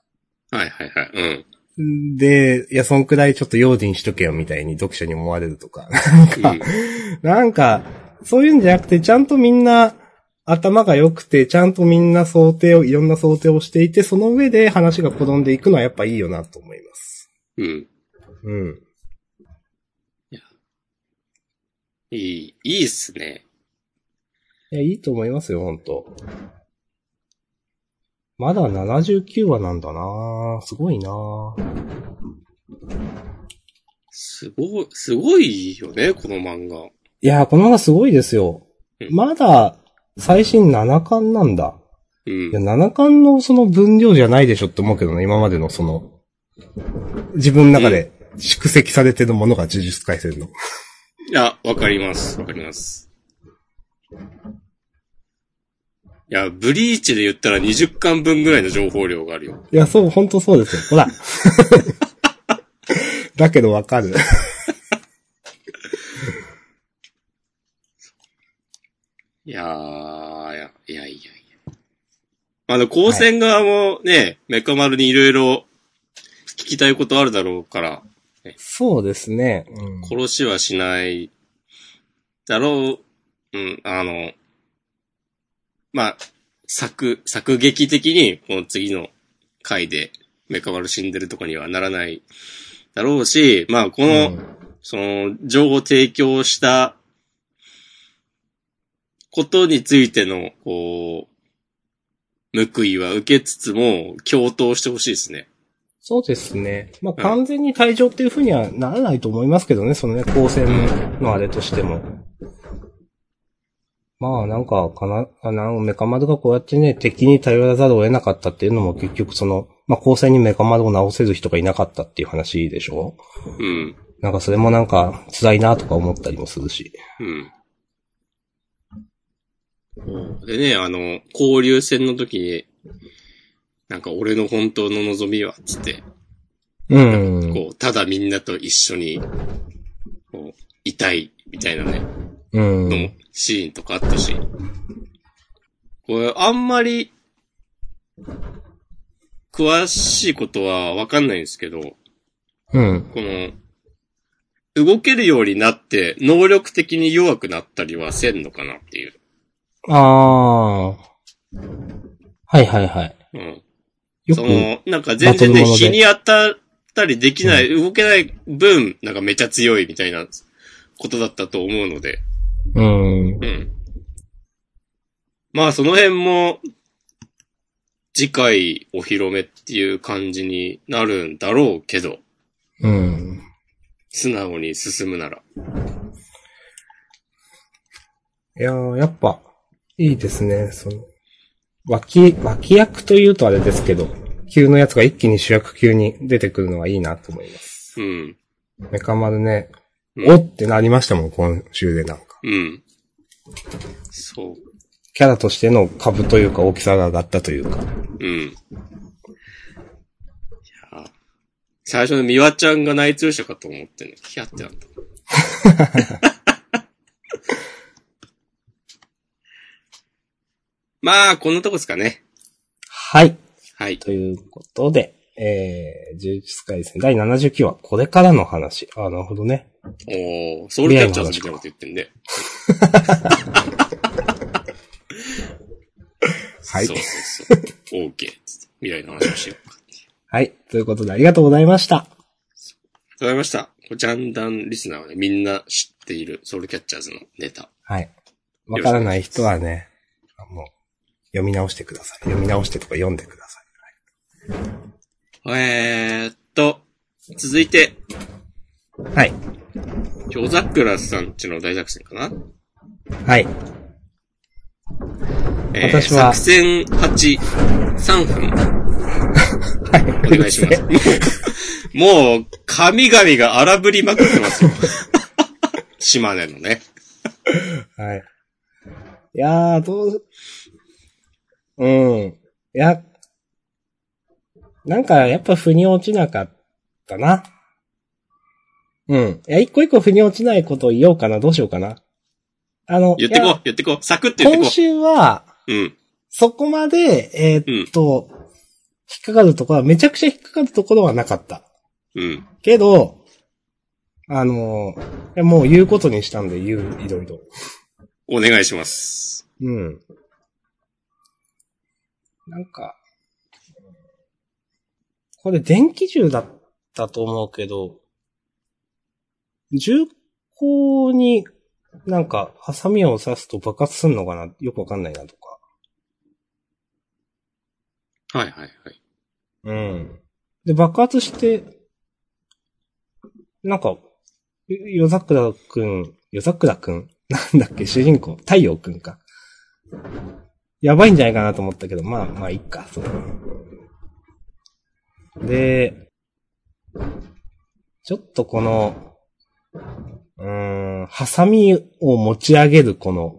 はいはいはい。うん。で、いや、そんくらいちょっと用心しとけよ、みたいに読者に思われるとか。うんなんか、そういうんじゃなくて、ちゃんとみんな頭が良くて、ちゃんとみんな想定を、いろんな想定をしていて、その上で話が転んでいくのはやっぱいいよなと思います。うん。うん。いい、いいっすね。いや、いいと思いますよ、ほんと。まだ79話なんだなすごいなすごい、すごいよね、この漫画。いやー、この漫画すごいですようん。まだ、最新7巻なんだ。ういや、ん。 7巻のその分量じゃないでしょって思うけどね、今までのその、自分の中で蓄積されてるものが呪術改正の。いや、わかります。わかります。いや、ブリーチで言ったら20巻分ぐらいの情報量があるよ。いや、そう、ほんとそうですよ。ほら。 だけどわかる。いやー、いや、いやいやいや。あの、高専側もね、メカ丸にいろいろ聞きたいことあるだろうから、そうですね。うん殺しはしないだろう。うん、あの、まあ、作、作劇的に、この次の回でメカ丸死んでるとかにはならないだろうし、まあ、この、うんその、情報提供したことについての、こう、報いは受けつつも、共闘してほしいですね。そうですね。まあ、完全に退場っていうふうにはならないと思いますけどね、そのね、光線のあれとしても。まあ、なんか、かな、あなんメカ丸がこうやってね、敵に頼らざるを得なかったっていうのも結局その、まあ、光線にメカ丸を直せる人がいなかったっていう話でしょうん。なんかそれもなんか辛いなとか思ったりもするし。うん。でね、あの、交流戦の時に、なんか俺の本当の望みは、つって、うん。こう、ただみんなと一緒に、こう、いたい、みたいなね、うのん。シーンとかあったし。これ、あんまり、詳しいことはわかんないんですけど、こうん。の、動けるようになって、能力的に弱くなったりはせんのかなっていう。ああ。はいはいはい。うん。よそく、の、なんか全然バトルもね、ので日に当たったりできない、動けない分、なんかめちゃ強いみたいなことだったと思うので。うん。うん。まあその辺も、次回お披露目っていう感じになるんだろうけど、うん。素直に進むなら。いやー、やっぱ、いいですね。その、脇、脇役というとあれですけど、級のやつが一気に主役級に出てくるのはいいなと思います。うん。メカ丸ね、うんおってなりましたもん、今週でなんか。うん。そう。キャラとしての株というか大きさが上がったというか。うん。いや最初のミワちゃんが内通者かと思ってね、ヒヤってなった。 まあ、こんなとこですかね。はい。はい。ということで、えー、呪術回戦第79話、これからの話。あー、なるほどね。おー、ソウルキャッチャーズみたいなこと言ってんで。はいそうそうそう。オーケーっつって。未来の話をしようか。ありがはい。ということで、ありがとうございました。とうございました。これジャンダンリスナーはね、みんな知っているソウルキャッチャーズのネタ。はい。わからない人はね、もう、読み直してください。読み直してとか読んでください。えーっと、続いて、はい。京桜さんちの大作戦かな、はい。えー私は作戦8、3分。お願い します。もう、もう神々が荒ぶりまくってますよ。島根のね。はい。いやー、どう、うん。いや、なんか、やっぱ腑に落ちなかったな。うん。いや、一個一個腑に落ちないことを言おうかな、どうしようかな。あの、言ってこいうや、言ってこう。サクッて言って今こ週は、う。うん。そこまで、えーっと、引っかかるところは、めちゃくちゃ引っかかるところはなかった。うん。けど、あのーいやもう言うことにしたんで言う、いろいろ。お願いします。うん。なんか、これ電気銃だったと思うけど、銃口になんかハサミを刺すと爆発すんのかなよくわかんないなとか。はいはいはい。うん。で、爆発して、なんか、よざくらくん、よざくらくん なんだっけ、主人公、太陽くんか。やばいんじゃないかなと思ったけど、まあまあ、いっか、それはで、ちょっとこの、うーん、ハサミを持ち上げるこの、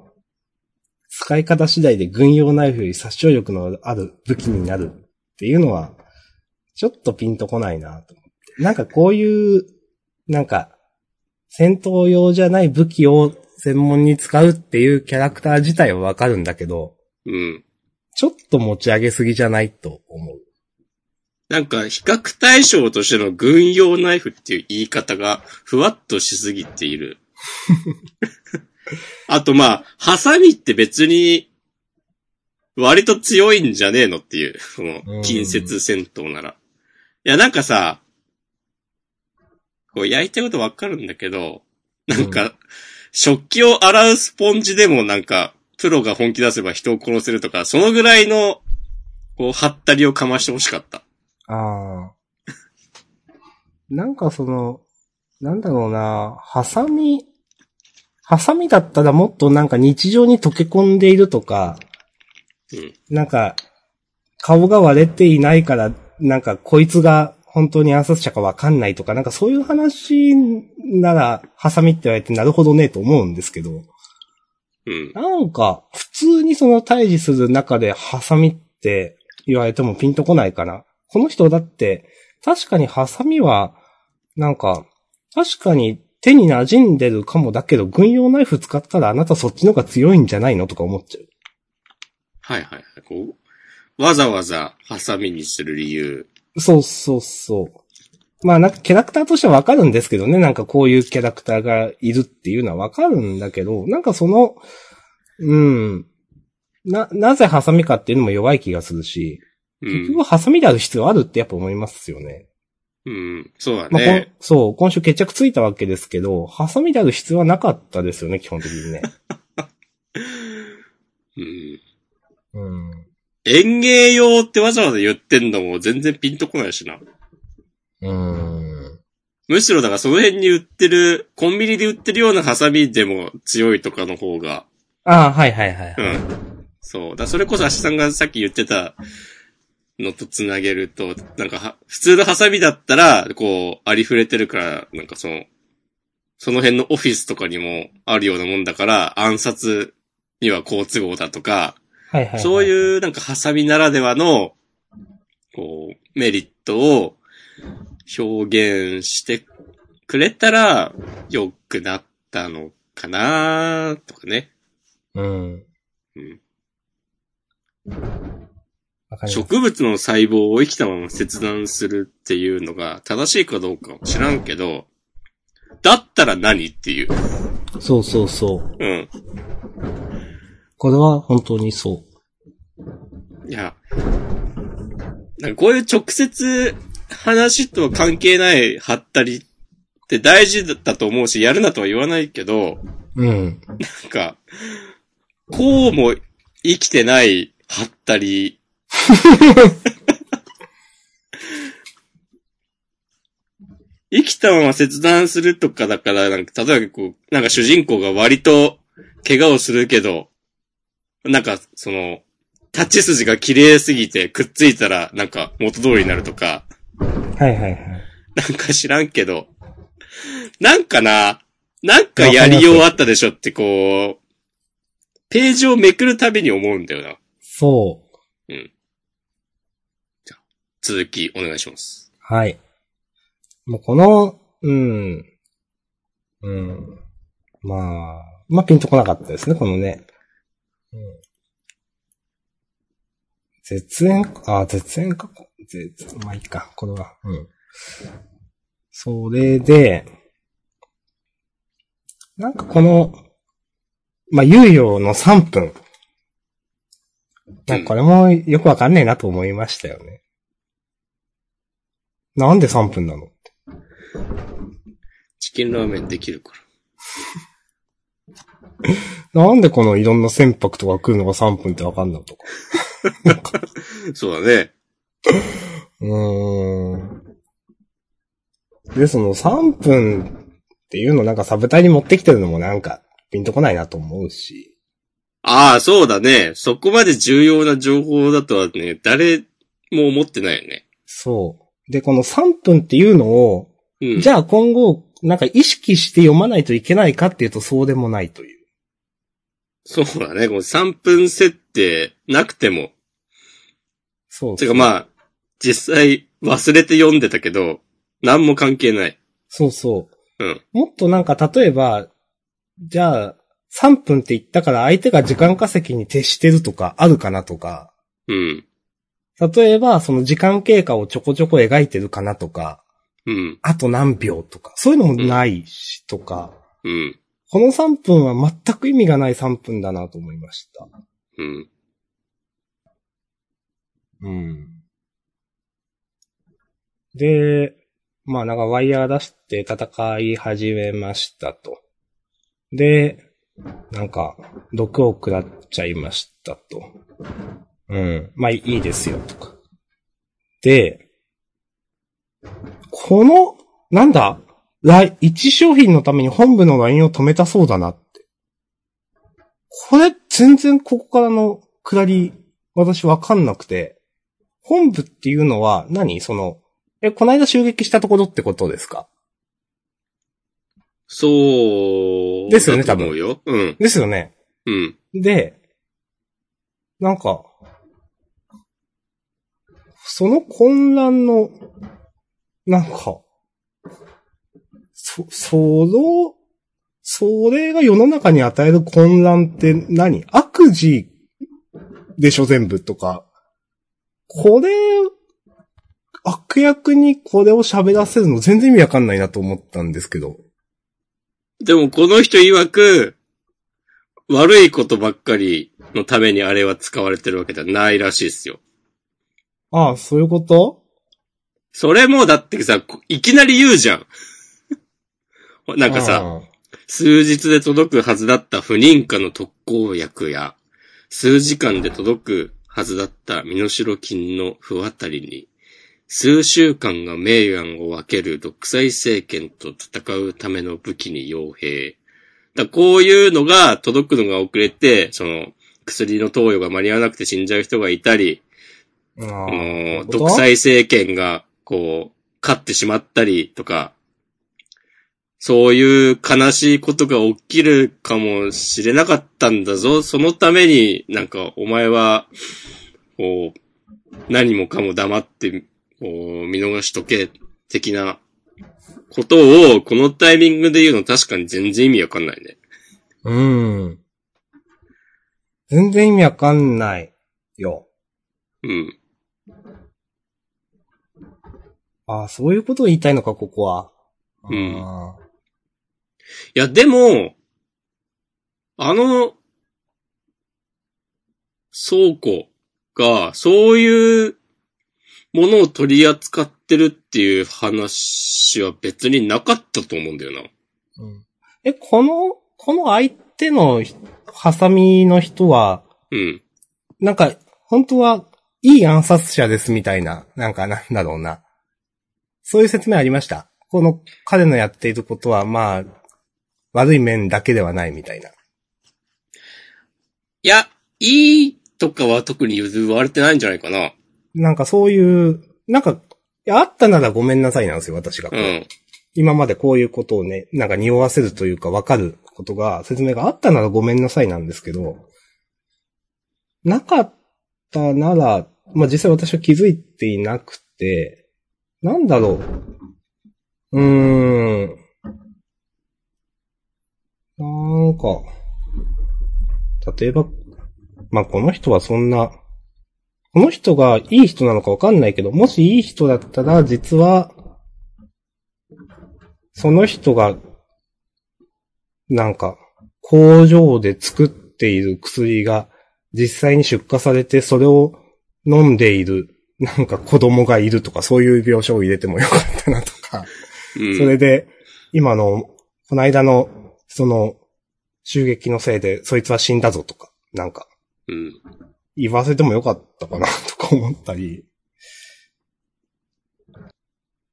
使い方次第で軍用ナイフより殺傷力のある武器になるっていうのは、ちょっとピンとこないなと思って。なんかこういう、なんか、戦闘用じゃない武器を専門に使うっていうキャラクター自体はわかるんだけど、うん。ちょっと持ち上げすぎじゃないと思う。なんか、比較対象としての軍用ナイフっていう言い方が、ふわっとしすぎている。 あと、まあ、ハサミって別に、割と強いんじゃねえのっていう、その、近接戦闘なら。いや、なんかさ、こう、焼いたいことわかるんだけど、なんか、食器を洗うスポンジでもなんか、プロが本気出せば人を殺せるとか、そのぐらいの、こう、ハったりをかましてほしかった。ああ。なんかその、なんだろうな、ハサミ、ハサミだったらもっとなんか日常に溶け込んでいるとか、うん。なんか、顔が割れていないから、なんかこいつが本当に暗殺者かわかんないとか、なんかそういう話なら、ハサミって言われてなるほどねと思うんですけど、うん。なんか、普通にその対峙する中でハサミって言われてもピンとこないかな。この人だって、確かにハサミは、なんか、確かに手に馴染んでるかもだけど、軍用ナイフ使ったらあなたそっちの方が強いんじゃないのとか思っちゃう。はいはいはい。こう、わざわざハサミにする理由。そうそうそう。まあなんかキャラクターとしてはわかるんですけどね、なんかこういうキャラクターがいるっていうのはわかるんだけど、なんかその、うん。な、なぜハサミかっていうのも弱い気がするし、う結局ん。ハサミである必要あるってやっぱ思いますよね。うん。そうだまあ、こんね。そう、今週決着ついたわけですけど、ハサミである必要はなかったですよね、基本的 にね。うん。うん。園芸用ってわざわざ言ってんのも全然ピンとこないしな。うん。むしろだからその辺に売ってる、コンビニで売ってるようなハサミでも強いとかの方が、ああ、はいはいはい。うん。そう。だからそれこそ足さんがさっき言ってたのとつなげると、なんかは、普通のハサミだったら、こう、ありふれてるから、なんかその、その辺のオフィスとかにもあるようなもんだから、暗殺には好都合だとか、はいはい、はい。そう。ういうなんかハサミならではの、こう、メリットを表現してくれたら良くなったのかなとかね。うん。うんわかります。植物の細胞を生きたまま切断するっていうのが正しいかどうかは知らんけど、だったら何っていう。そうそうそう。うん。これは本当にそいや。なんかこういう直接話とは関係ないハったりって大事だったと思うし、やるなとは言わないけど、う。うん。なんか、こうも生きてないハったり。生きたまま切断するとかだから、なんか、例えばこう、なんか主人公が割と怪我をするけど、なんか、その、立ち筋が綺麗すぎてくっついたら、なんか元通りになるとか、はいはいはい。 なんか知らんけど、なんかな、なんかやりようあったでしょってこう、ページをめくるたびに思うんだよな。そう。続きお願いします。はい。もうこの、うん。うん。まあ、まあピンとこなかったですね、このね。うん。絶縁か、あ、絶縁か、こ絶、まあいいか、これは。うん。それで、なんかこの、まあ、猶予の3分。なんかこれもよくわかんねえなと思いましたよね。なんで3分なのチキンラーメンできるから。なんでこのいろんな船舶とか来るのが3分ってわかんないとか。そうだね。うーん。で、その3分っていうのなんかサブタイに持ってきてるのもなんかピンとこないなと思うし。ああ、そうだね。そこまで重要な情報だとはね、誰も思ってないよね。そう。で、この3分っていうのを、うん。じゃゃあ今後、なんか意識して読まないといけないかっていうとそうでもないという。そうだね。この3分設定なくても。そう。てかまあ、実際忘れて読んでたけど、何も関係ない。そうそう。うん。もっとなんか例えば、じゃあ、3分って言ったから相手が時間稼ぎに徹してるとかあるかなとか、うん。例えばその時間経過をちょこちょこ描いてるかなとか、うん。あと何秒とか、そういうのもないしとか、うん。この3分は全く意味がない3分だなと思いました。うん。うん。で、まあなんかワイヤー出して戦い始めましたと。で、なんか、毒を食らっちゃいましたと。うん。まあいいですよとか。で、この、なんだ、ライ一商品のために本部のラインを止めたそうだなって。これ、全然ここからの下り、私わかんなくて。本部っていうのは何、その、え、こないだ襲撃したところってことですかそう。ですよねだと思うよ。うん。ですよね。うん。で、なんか、その混乱の、なんか、そ、その、それが世の中に与える混乱って何悪事でしょ全部とか、これ、悪役にこれを喋らせるの全然意味わかんないなと思ったんですけど。でもこの人曰く、悪いことばっかりのためにあれは使われてるわけじゃないらしいっすよ。ああ、そういうことそれもだってさ、こいきなり言うじゃん。 なんかさ、あ数日で届くはずだった不認可の特効薬や、数時間で届くはずだった身代金の不渡りに、数週間が名案を分ける独裁政権と戦うための武器に傭兵。だこういうのが届くのが遅れて、その薬の投与が間に合わなくて死んじゃう人がいたり、ああああそういのうこと独裁政権がこう、勝ってしまったりとか、そういう悲しいことが起きるかもしれなかったんだぞ。そのために、なんか、お前は、こう、何もかも黙って、こう、見逃しとけ、的なことを、このタイミングで言うの確かに全然意味わかんないね。うん。全然意味わかんないよ。うん。ああ、そういうことを言いたいのか、ここは。うんああいや、でも、あの、倉庫が、そういうものを取り扱ってるっていう話は別になかったと思うんだよな。うんえ、この、この相手のひハサミの人は、うん。なんか、本当は、いい暗殺者ですみたいな、なんかなんだろうな。そういう説明ありました。この彼のやっていることは、まあ、悪い面だけではないみたいな。いや、いいとかは特に言われてないんじゃないかな。なんかそういう、なんか、いやあったならごめんなさいなんですよ、私が。うん。今までこういうことをね、なんか匂わせるというかわかることが、説明があったならごめんなさいなんですけど、なかったなら、まあ、実際私は気づいていなくて、なんだろう。うーん。なんか、例えば、まあ、この人はそんな、この人がいい人なのかわかんないけど、もしいい人だったら、実は、その人が、なんか、工場で作っている薬が実際に出荷されてそれを飲んでいる、なんか子供がいるとかそういう描写を入れてもよかったなとか、うん。それで、今の、この間の、その、襲撃のせいでそいつは死んだぞとか、なんか、うん。言わせてもよかったかなとか思ったり。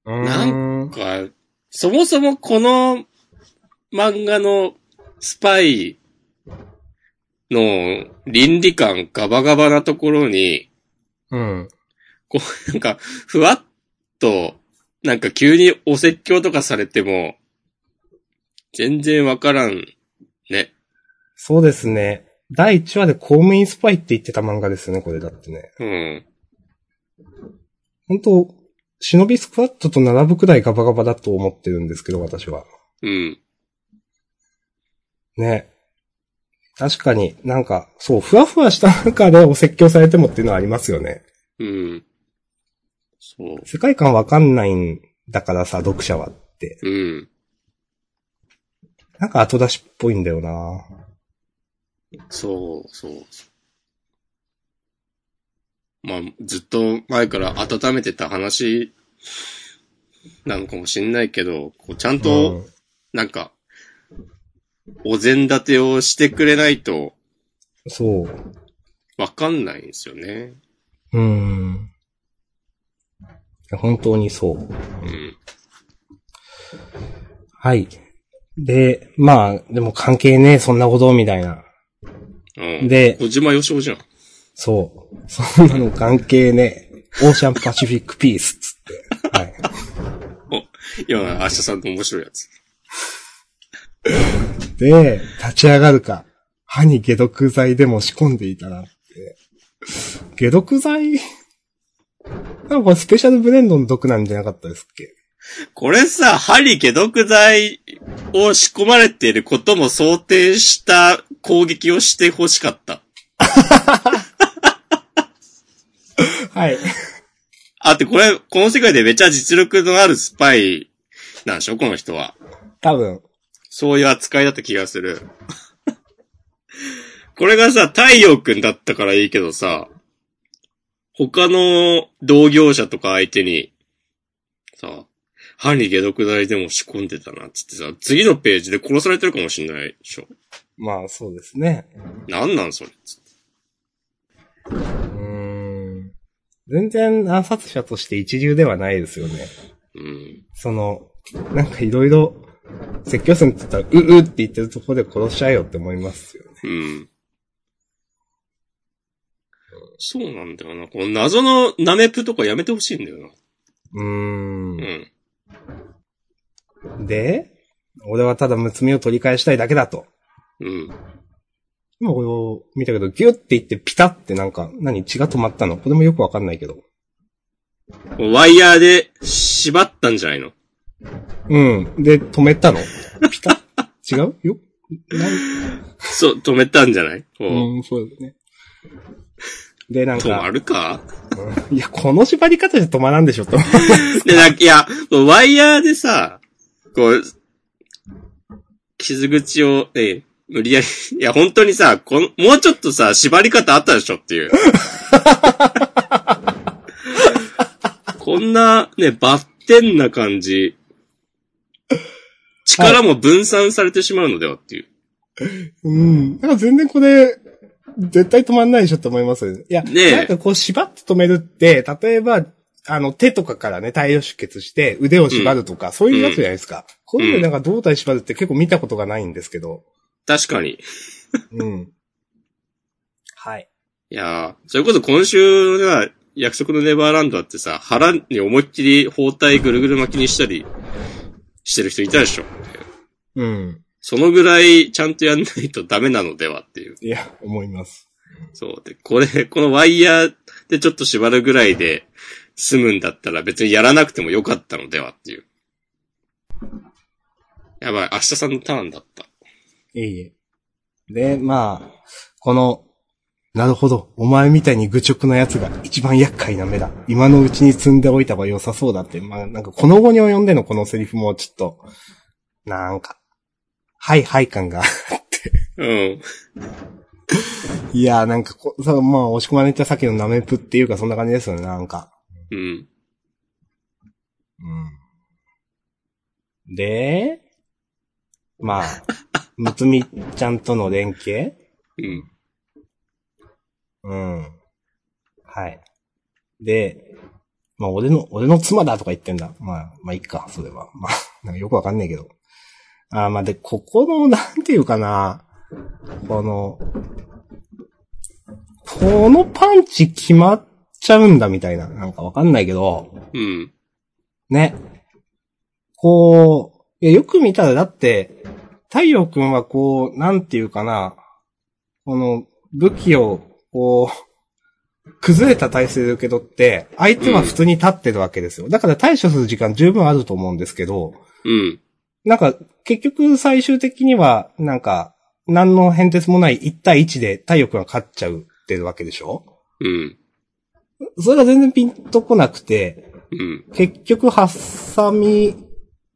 うなーん。かそもそもこの漫画のスパイの倫理観ガバガバなところに、うん。こうなんか、ふわっと、なんか急にお説教とかされても、全然わからん。ね。そうですね。第1話で公務員スパイって言ってた漫画ですね、これだってね。うん。本当忍びスクワットと並ぶくらいガバガバだと思ってるんですけど、私は。うん。ね。確かになんか、そう、ふわふわした中でお説教されてもっていうのはありますよね。うん。そう。世界観わかんないんだからさ、読者はって。うん。なんか後出しっぽいんだよなそう、そうそう。まあ、ずっと前から温めてた話なのかもしんないけど、こうちゃんうとん、なんか、お膳立てをしてくれないとそう。わかんないんですよね。うん。いや本当にそう。うん。はい。で、まあ、でも関係ねえ、そんなこと、みたいな。うん、で小島よしおじゃん。そう。 そんなの関係ねえ。オーシャンパシフィックピース、つって。はい。いや、明日さんと面白いやつ。で、立ち上がるか。歯に解毒剤でも仕込んでいたらって。解毒剤なんかこれスペシャルブレンドの毒なんじゃなかったですっけこれさ、針解毒剤を仕込まれていることも想定した攻撃をしてほしかった。はい。あって、これ、この世界でめちゃ実力のあるスパイなんでしょこの人は。多分。そういう扱いだった気がする。 これがさ、太陽くんだったからいいけどさ、他の同業者とか相手に、さ、歯に解毒剤でも仕込んでたなっつってさ、次のページで殺されてるかもしんないでしょ。まあ、そうですね。なんなんそれっつって。うーん。全然暗殺者として一流ではないですよね。うん。その、なんかいろいろ、説教するって言ったら、ううって言ってるところで殺しちゃえよって思いますよね。うん。そうなんだよな。この謎のナメプとかやめてほしいんだよな。ううーん。ん。で、俺はただむつみを取り返したいだけだと。うん。今これを見たけど、ギュって言ってピタってなんか、何血が止まったのこれもよくわかんないけど。ワイヤーで縛ったんじゃないのうん。で、止め たのピタ違うよないそう、止めたんじゃないこううん、そうですね。で、なん止まか、るかうんいや、この縛り方じゃ止まらんでしょ、と。 で、なんか、いや、こうワイヤーでさ、こう、傷口を、ええ無理やり、 いや、本当にさ、この、もうちょっとさ、縛り方あったでしょっていう。こんな、ね、バッテンな感じ、力も分散されてしまうのではっていう。うん。なんか全然これ、絶対止まんないでしょって思いますよね。いや、ねえなんかこう縛って止めるって、例えば、あの手とかからね、大量出血して腕を縛るとか、そういうやつじゃないですか。こういうのなんか胴体縛るって結構見たことがないんですけど。確かに。うん。はい。いやー、それこそ今週は、約束のネバーランドだってさ、腹に思いっきり包帯ぐるぐる巻きにしたりしてる人いたでしょ。うん。そのぐらいちゃんとやんないとダメなのではっていう。いや、思います。そう。で、これ、このワイヤーでちょっと縛るぐらいで済むんだったら別にやらなくてもよかったのではっていう。やばい、明日さんのターンだった。いえいえ。で、まあ、この、なるほど。お前みたいに愚直な奴が一番厄介な目だ。今のうちに積んでおいた方が良さそうだって。まあ、なんかこの後に及んでのこのセリフもちょっと、なんか、はいはい感が。 うん。いやーなんかこ、そうまあ、押し込まれたさっきのナメプっていうかそんな感じですよね、なんか。うん。うん。で、まあ、むつみちゃんとの連携うん。うん。はい。で、まあ俺の、俺の妻だとか言ってんだ。まあ、まあいいか、それは。まあ、 なんかよくわかんないけど。あーまあで、ここの、 なんていうかな。この、このパンチ決まっちゃうんだみたいな。なんかわかんないけど、うん。ね。こう、いやよく見たらだって、太陽くんはこう、なんていうかな、この武器を、こう、崩れた体勢で受け取って、相手は普通に立ってるわけですよ。だから対処する時間十分あると思うんですけど、うん。なんか、結局最終的には、なんか、何の変哲もない1対1で太陽くんは勝っちゃうってるわけでしょうん。それが全然ピンとこなくて、うん。結局、ハサミ、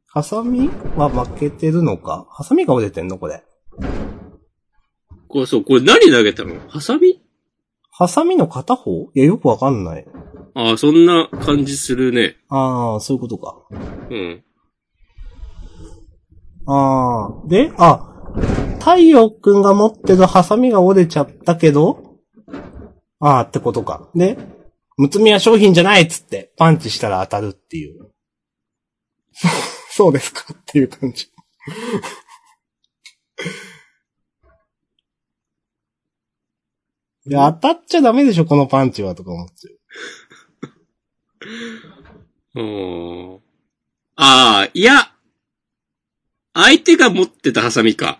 ハサミは負けてるのかハサミが折れてんのこれ。これそう、これ何投げたのハサミハサミの片方いや、よくわかんない。ああ、そんな感じするね。あー、そういうことか。うん。あー、で、あ、太陽くんが持ってるハサミが折れちゃったけど、あーってことか。で、むつみは商品じゃないっつって、パンチしたら当たるっていう。 そうですかっていう感じ。いや、当たっちゃダメでしょ、このパンチは、とか思っちゃう。うん。ああ、いや、相手が持ってたハサミか。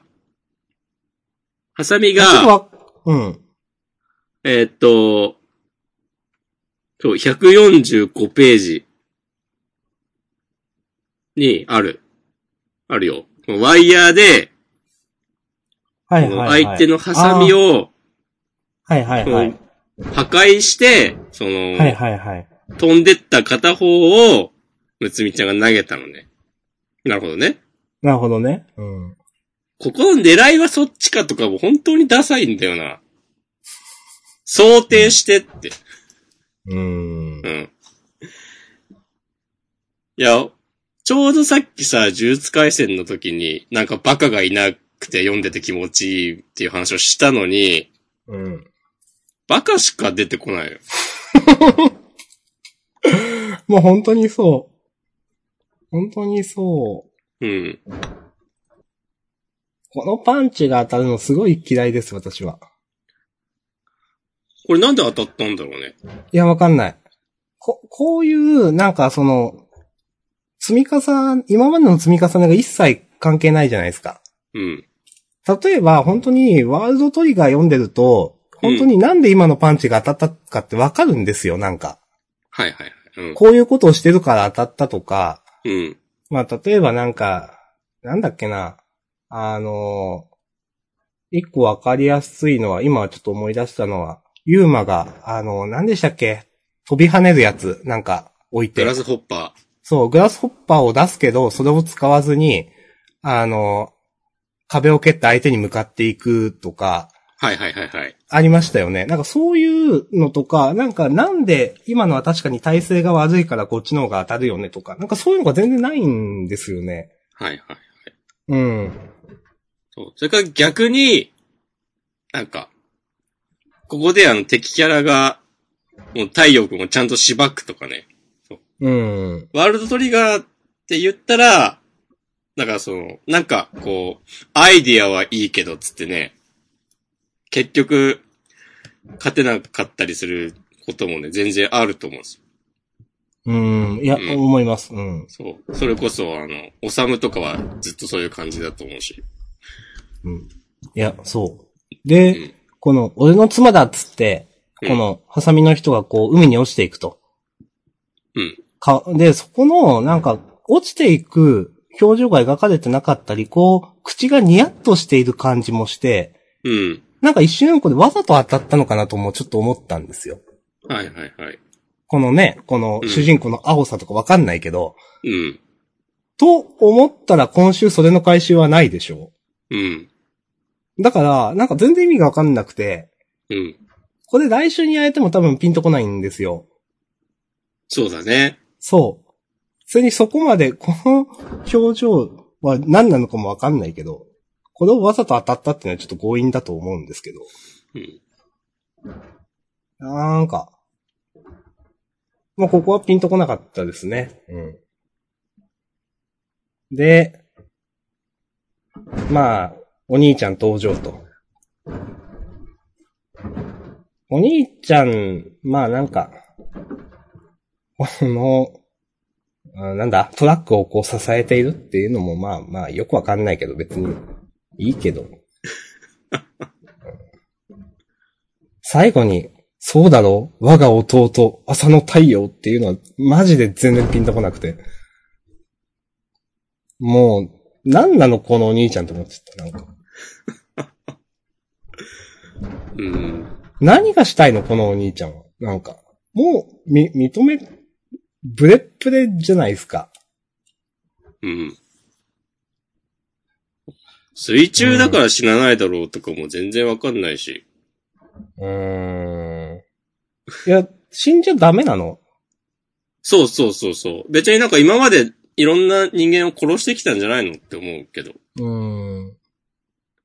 ハサミちょっとが、わうん。えーっと、そう、145ページにある。あるよ。ワイヤーで、はいはい、はい。相手のハサミを。を、はいはいはい。破壊して、その、はいはいはい。飛んでった片方を、むつみちゃんが投げたのね。なるほどね。なるほどね。うん。ここの狙いはそっちかとかも本当にダサいんだよな。想定してって。うんう。ん。いや、ちょうどさっきさ、呪術回戦の時に、なんかバカがいなくて読んでて気持ちいいっていう話をしたのに、うん。バカしか出てこないよ。もう本当にそう。本当にそう。うん。このパンチが当たるのすごい嫌いです、私は。これなんで当たったんだろうね。いや、わかんない。こ、こういう、なんかその、積み重ね、今までの積み重ねが一切関係ないじゃないですか。うん。例えば、本当にワールドトリガー読んでると、本当になんで今のパンチが当たったかってわかるんですよ、なんか。はいはいはい。こういうことをしてるから当たったとか、うん。うん。まあ、例えばなんか、なんだっけな、あのー一個わかりやすいのは、今ちょっと思い出したのは、ユーマが、あのー、何でしたっけ飛び跳ねるやつ、なんか、置いグてラ。スホッパそう、グラスホッパーを出すけど、それを使わずに、あのー壁を蹴って相手に向かっていくとか、ー。はいはいはいはい。ありましたよね。なんかそういうのとか、なんかなんで今のは確かに体勢が悪いからこっちの方が当たるよねとか、なんかそういうのが全然ないんですよね。はいはい。うん。そう。それから逆に、なんか、ここであの敵キャラが、もう太陽君をちゃんとしばくとかね。うん。ワールドトリガーって言ったら、なんかその、なんかこう、アイディアはいいけどっつってね、結局、勝てなかったりすることもね、全然あると思うんですよ。うん。いや、うん思います。うん。そう。それこそ、あの、おさむとかはずっとそういう感じだと思うし。うん。いや、そう。うで、ん。この、俺の妻だっつって、うんこの、ハサミの人がこう、海に落ちていくと。うん。か、で、そこの、なんか、落ちていく表情が描かれてなかったり、こう、口がニヤッとしている感じもして、うん。なんか一瞬これわざと当たったのかなともちょっと思ったんですよ。はいはいはい。このね、このうん主人公の青さとかわかんないけど、うん。と思ったら今週それの回収はないでしょうん。だから、なんか全然意味がわかんなくて、うん。これ来週にやれても多分ピンとこないんですよ。そうだね。そう。それにそこまで、この表情は何なのかもわかんないけど、これをわざと当たったっていうのはちょっと強引だと思うんですけど。うん。なんか、もうここはピンとこなかったですね。うん。で、まあ、お兄ちゃん登場と。お兄ちゃん、まあなんか、この、あなんだ、トラックをこう支えているっていうのもまあまあよくわかんないけど別にいいけど。最後に、そうだろう我が弟、朝の太陽っていうのは、マジで全然ピンとこなくて。もう、なんなのこのお兄ちゃんと思ってた。なんか、うん。何がしたいのこのお兄ちゃんは。なんか、もう、み、認め、ブレッブレじゃないですか。うん。水中だから死なないだろうとかも全然わかんないし。うーん。いや、死んじゃダメなのそうそうそうそう。別になんか今までいろんな人間を殺してきたんじゃないのって思うけど。うーん。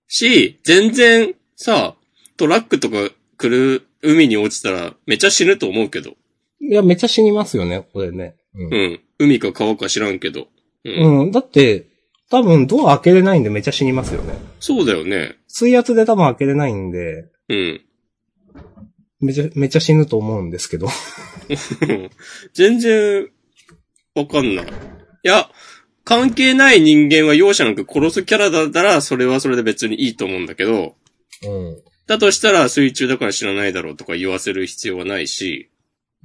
し、全然さ、トラックとか来る海に落ちたらめっちゃ死ぬと思うけど。いや、めっちゃ死にますよね、これね。うんうん。海か川か知らんけど。うん。うん、だって、多分ドア開けれないんでめっちゃ死にますよね。そうだよね。水圧で多分開けれないんで、うん。めちゃ、めちゃ死ぬと思うんですけど。全然、わかんない。いや、関係ない人間は容赦なく殺すキャラだったら、それはそれで別にいいと思うんだけど、うん。だとしたら水中だから知らないだろうとか言わせる必要はないし、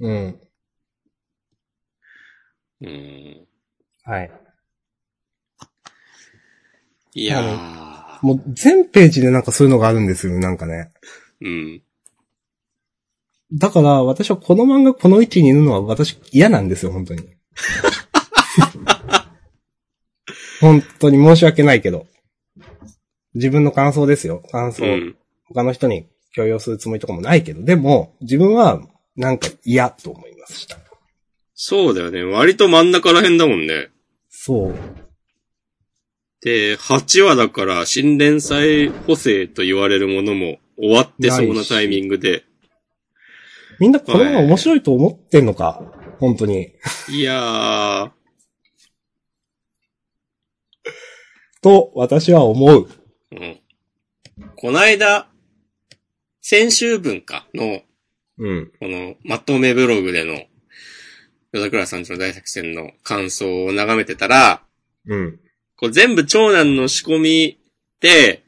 うん。うん。はい。いやもう全ページでなんかそういうのがあるんですよ、なんかね。ー。うん。だから、私はこの漫画この位置にいるのは私嫌なんですよ、本 当に。本当に申し訳ないけど。自分の感想ですよ。感想。うん。他の人に強要するつもりとかもないけど、でも、自分は、なんか嫌と思いました。そうだよね。割と真ん中ら辺だもんね。そう。で、8話だから新連載補正と言われるものも終わってそうなタイミングで。みんなこのまま面白いと思ってんのか、本当に。いやー、と、私は思う。うん。こないだ、先週分かの、うん。この、まとめブログでの、夜桜さんちの大作戦の感想を眺めてたら、うん。こう全部長男の仕込みで、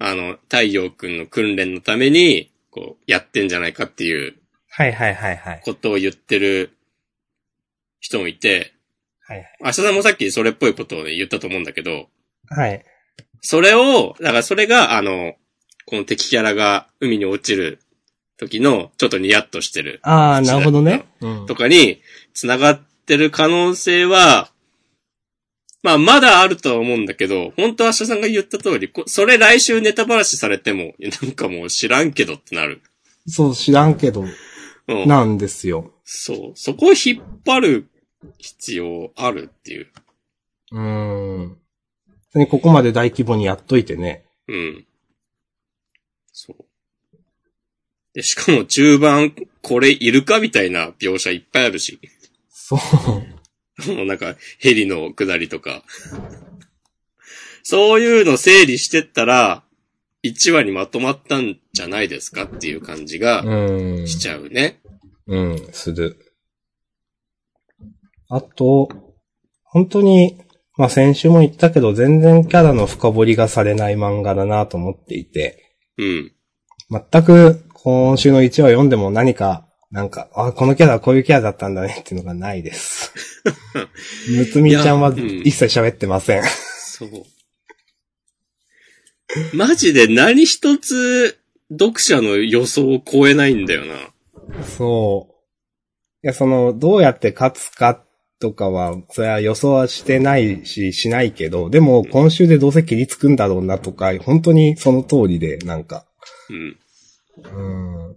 あの、太陽くんの訓練のために、こう、やってんじゃないかっていうはいはいはいはい。ことを言ってる人もいて、はい明日さんもさっきそれっぽいことをね言ったと思うんだけど、はい。はい。それを、だからそれが、あの、この敵キャラが海に落ちる時の、ちょっとニヤッとしてるああ、なるほどね。うんとかに繋がってる可能性は、まあまだあるとは思うんだけど、本当は明日さんが言った通り、こそれ来週ネタ話されても、いやなんかもう知らんけどってなる。そう、知らんけど、うん。なんですよ。そう。そこを引っ張る必要あるっていう。うーん。本当にここまで大規模にやっといてね。うん。そう。で、しかも中盤、これいるかみたいな描写いっぱいあるし。そう。もう なんか、ヘリの下りとか。そういうの整理してったら、1話にまとまったんじゃないですかっていう感じがうん。しちゃうね。うん、する。あと、本当に、まあ、先週も言ったけど、全然キャラの深掘りがされない漫画だなと思っていて、うん。全く今週の1話読んでも何か、なんか、あ、このキャラはこういうキャラだったんだねっていうのがない です。むつみちゃんはうん一切喋ってません。そう。マジで何一つ読者の予想を超えないんだよな。そう。いや、その、どうやって勝つかとかは、それは予想はしてないし、しないけど、でも、今週でどうせ切りつくんだろうなとか、本当にその通りで、なんか。うん。うん。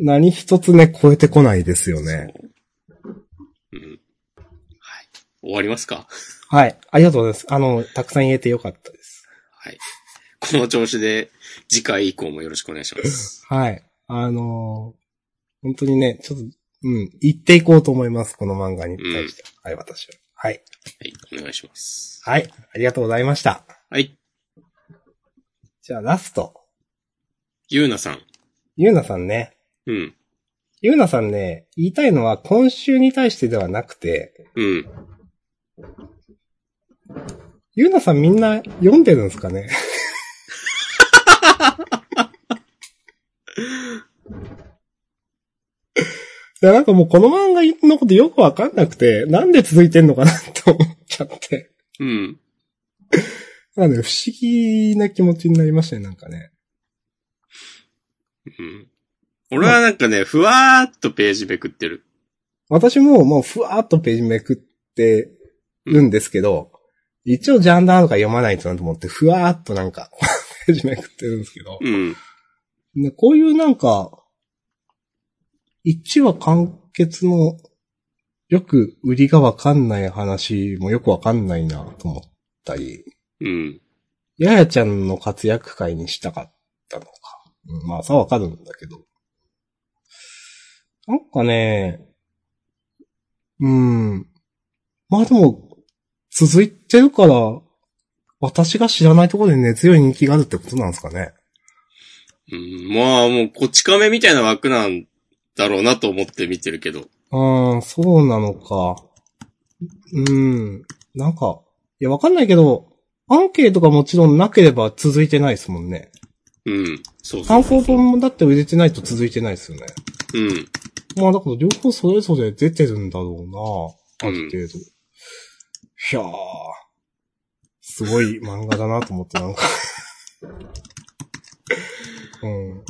何一つね、超えてこないですよね。そう。うん。はい。終わりますかはい。ありがとうございます。あの、たくさん言えてよかったです。はい。この調子で次回以降もよろしくお願いし ます。はい。あのー本当にね、ちょっと、うん、言っていこうと思います。この漫画に対して。はい、私は。はい。はい。お願いします。はい。ありがとうございました。はい。じゃあ、ラスト。ゆうなさん。ゆうなさんね。うん。ゆうなさんね、言いたいのは今週に対してではなくて、うん。ゆうなさんみんな読んでるんですかねいや、なんかもうこの漫画のことよくわかんなくて、なんで続いてんのかなと思っちゃって。うん。なんで不思議な気持ちになりましたね、なんかね。うん。俺はなんかね、ふわーっとページめくってる。私ももうふわーっとページめくってるんですけど、一応ジャンダーとか読まないとなと思って、ふわーっとなんか ページめくってるんですけど、うん。ねこういうなんか、一話完結のよく売りがわかんない話もよくわかんないなと思ったり、うん。ややちゃんの活躍会にしたかったのか。うんまあ、さはわかるんだけど。なんかね、うん。まあでも、続いてるから、私が知らないところで根強い人気があるってことなんですかね。うん、まあ、もう、こち亀みたいな枠なんだろうなと思って見てるけど。ああ、そうなのか。うん。なんか、いや、わかんないけど、アンケートがもちろんなければ続いてないですもんね。うん。そうそう参考本もだって売れてないと続いてないですよね。うん。まあだから両方それぞれ出てるんだろうな、ある程度。いやー、すごい 漫画だなと思って、なんか。うん。うん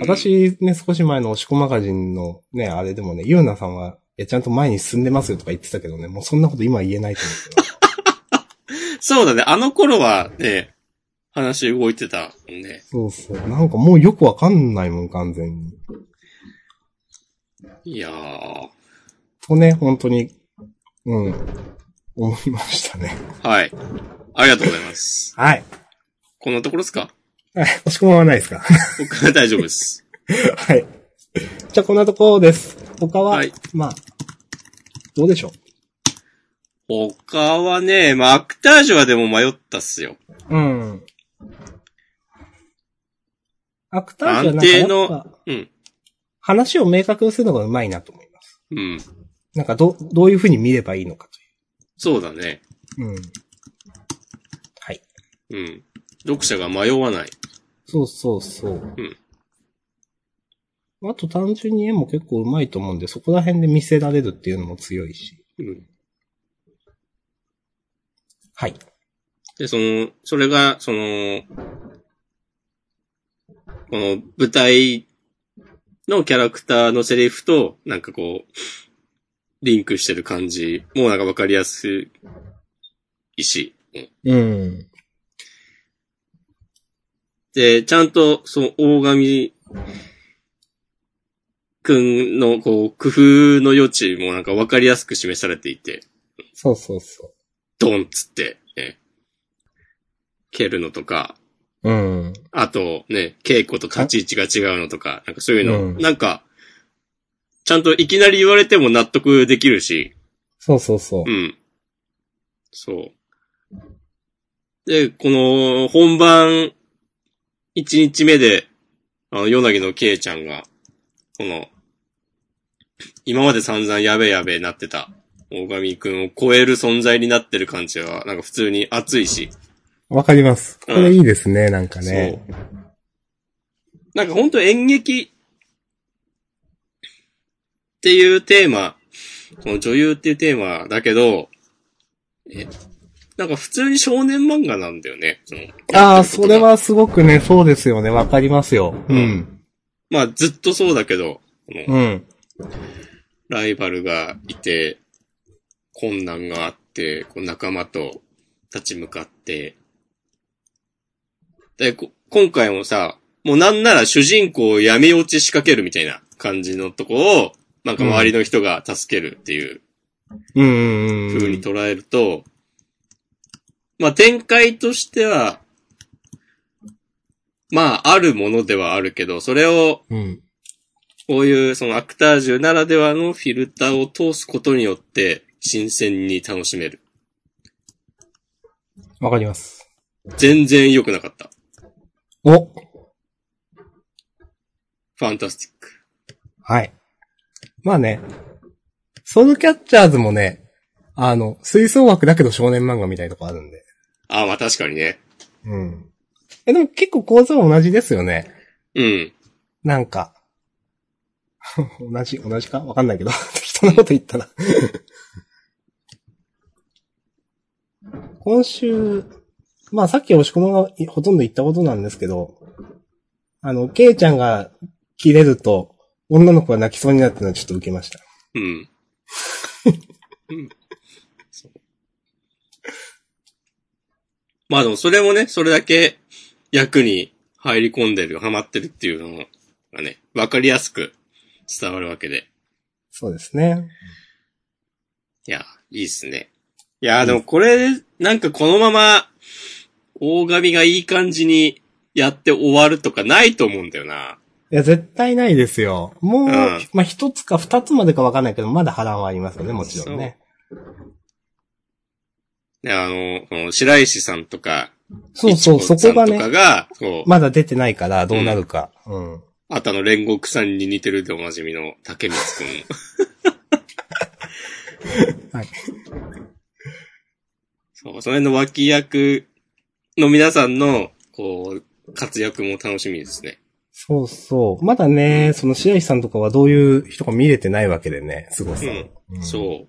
私ね、少し前の押し子マガジンのね、あれでもね、ゆうなさんは、いや、ちゃんと前に進んでますよとか言ってたけどね、もうそんなこと今は言えないと思うけど。そうだね。あの頃はね、話動いてたもんね。そうそう。なんかもうよくわかんないもん、完全に。いやー。とね、本当に、うん、思いましたね。はい。ありがとうございます。はい。こんなところですかはい、押し込まはないですか僕は大丈夫です。はい。じゃあ、こんなところです。他は、はいまあ、どうでしょ他はね、まあ、アクタージュはでも迷ったっすよ。う。うん。アクタージュは安なんかや定っぱの、うん。話を明確にするのがうまいなと思います。うん。なんか、ど、どういうふうに見ればいいのかそうだね。という。うん。はい。うん。読者が迷わない。そうそうそう。あと単純に絵も結構うまいと思うんで、そこら辺で見せられるっていうのも強いし。うん。はい。で、その、それが、その、この舞台のキャラクターのセリフと、なんかこう、リンクしてる感じもなんかわかりやすいし、うんうん。で、ちゃんと、その、大神くんの、こう、工夫の余地もなんかわかりやすく示されていて、そうそうそドンっつって、ね、蹴るのとか、う。うん。あとね、稽古と立ち位置が違うのとか、なんかそういうの、うんなんか、ちゃんといきなり言われても納得できるし、そうそうそうう。ん。そう。で、この、本番、1日目で、あの、ヨナギのケイちゃんが、この、今まで散々やべえやべえなってた、大神くんを超える存在になってる感じは、なんか普通に熱いし、わかります。こうんれいいですね、なんかね。そう。なんか本当演劇っていうテーマ、この女優っていうテーマだけど、え、なんか普通に少年漫画なんだよね。そのああ、それ。はすごくね、そうですよね、わかりますよ。うん。まあずっとそうだけど、このうん。ライバルがいて、困難があって、こう仲間と立ち向かって。で、こ今回もさ、もうなんなら主人公を闇落ち仕掛けるみたいな感じのとこを、なんか周りの人が助けるっていううんうんうん。風に捉えると、まあ展開としては、まああるものではあるけど、それをうん。こういうそのアクタージュならではのフィルターを通すことによって新鮮に楽しめる。わかります。全然良くなかった。おファンタスティック。はい。まあね、ソウルキャッチャーズもね、あの、吹奏楽だけど少年漫画みたいなとこあるんで。ああ、まあ確かにね。うん。え、でも結構構造は同じですよね。うん。なんか。 同じ、同じかわかんないけど。 適当なこと言ったな。今週、まあさっき押し込まがほとんど言ったことなんですけど、あの、ケイちゃんが切れると、女の子が泣きそうになってのはちょっと受けました。うん。 うんそうまあでもそれもね、それだけ役に入り込んでる、ハマってるっていうのがね、わかりやすく伝わるわけで。そうですね。いや、いいっすね。いや、でもこれ、なんかこのまま、大神がいい感じにやって終わるとかないと思うんだよな。いや、絶対ないですよ。もう、うんまあ一つか二つまでかわかんないけど、まだ波乱はありますよね、もちろんね。ねあの、この白石さんとか、そうそう、一子そさこんとがかね、が、こう、まだ出てないから、どうなるか。うんあとあの煉獄さんに似てるでおなじみの竹光くん。はい。そう、その辺の脇役の皆さんの、こう、活躍も楽しみですね。そうそう。まだね、その白石さんとかはどういう人か見れてないわけでね、すごさ。うんんそう。そう。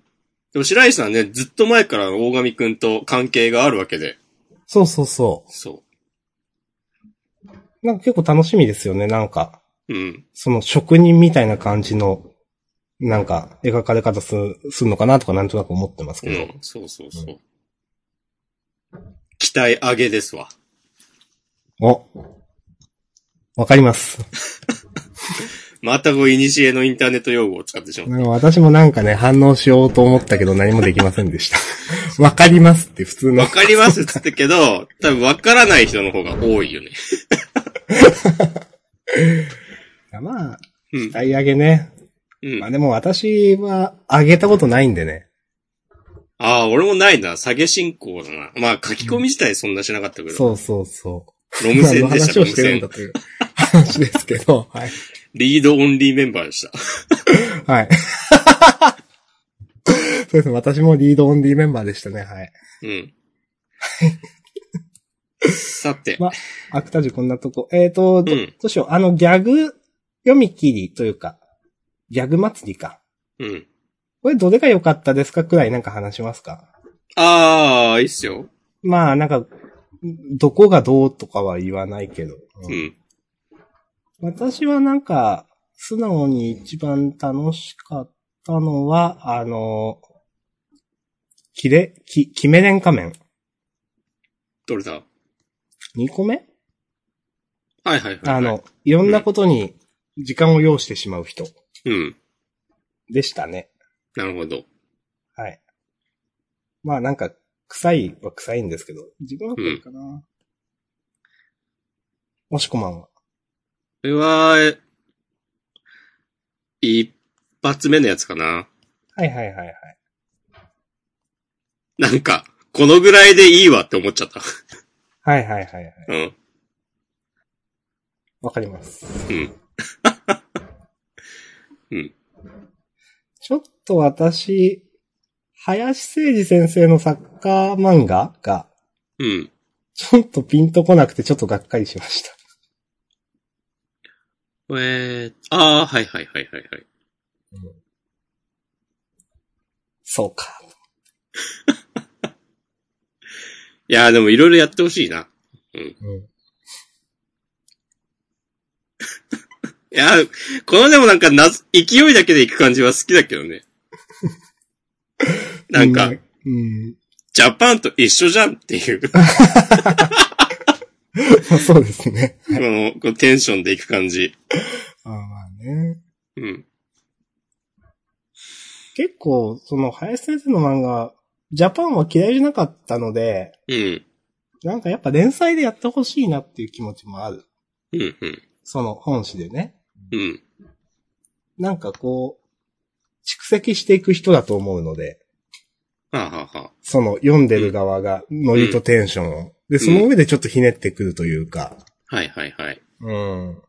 でも白石さんね、ずっと前から大神くんと関係があるわけで。そうそうそそう。う。なんか結構楽しみですよね、なんか。うん。その職人みたいな感じの、なんか、描かれ方すするのかなとかなんとなく思ってますうけど。ん。そうそうそう。期待上げですわ。おわかります。またこう、いにしえのインターネット用語を使ってしまう。なんか私もなんかね、反応しようと思ったけど何もできませんで した。わかりますって普通のわ。かりますっつったけど、多分わからない人の方が多いよね。まあ、うん。台上げね。うんまあ。でも私は上げたことないんでね。ああ、俺もないな。下げ進行だな。まあ、書き込み自体そんなしなかったけど。そうそうそう。ロム線今でのした、話ロをムしてるん線だ。という話ですけど、 はい。リードオンリーメンバーでした。はい。 そうですね。私もリードオンリーメンバーでしたね。はい。 うん。さて。まアクタジュこんなとこ。えっ、と、どうどん。うしよう。あの、ギャグ読み切りというか、ギャグ祭りか。うん。これどれが良かったですかくらいなんか話しますかああ、いいっすよ。まあ、なんか、どこがどうとかは言わないけど。ううんん。私はなんか、素直に一番楽しかったのは、あの、キレ、キ、キメレン仮面。どれだ2個目はいはいはい。あの、いろんなことに時間を要してしまう人うん。でしたね。なるほど。はい。まあなんか、臭いは臭いんですけど、自分はこれかな。もしこまんは。これは、え一発目のやつかな。はいはいはいはい。なんか、このぐらいでいいわって思っちゃった。 はいはいはいはい。うん。わかります。うん。 うん。ちょっと私、林誠二先生のサッカー漫画が、うん。ちょっとピンとこなくてちょっとがっかりしました。えー、ああ、はいはいはいはいはい。そうか。いやーでもいろいろやってほしいな。うん。 いやーこのでもなんかなず、勢いだけで行く感じは好きだけ どね。なんか、うん。 ジャパンと一緒じゃんっていう、こうん。そうですね。の、このテンションで行く感じ。あーまあね。うん。結構、その、林先生の漫画、ジャパンは嫌いじゃなかったので、うん。なんかやっぱ連載でやってほしいなっていう気持ちもある。うん、うん。その本誌でね。うん。なんかこう、蓄積していく人だと思うので、はあ、はあはあ、その読んでる側がノリとテンションを。で、その上でちょっとひねってくるというか。はいはいはい。うん。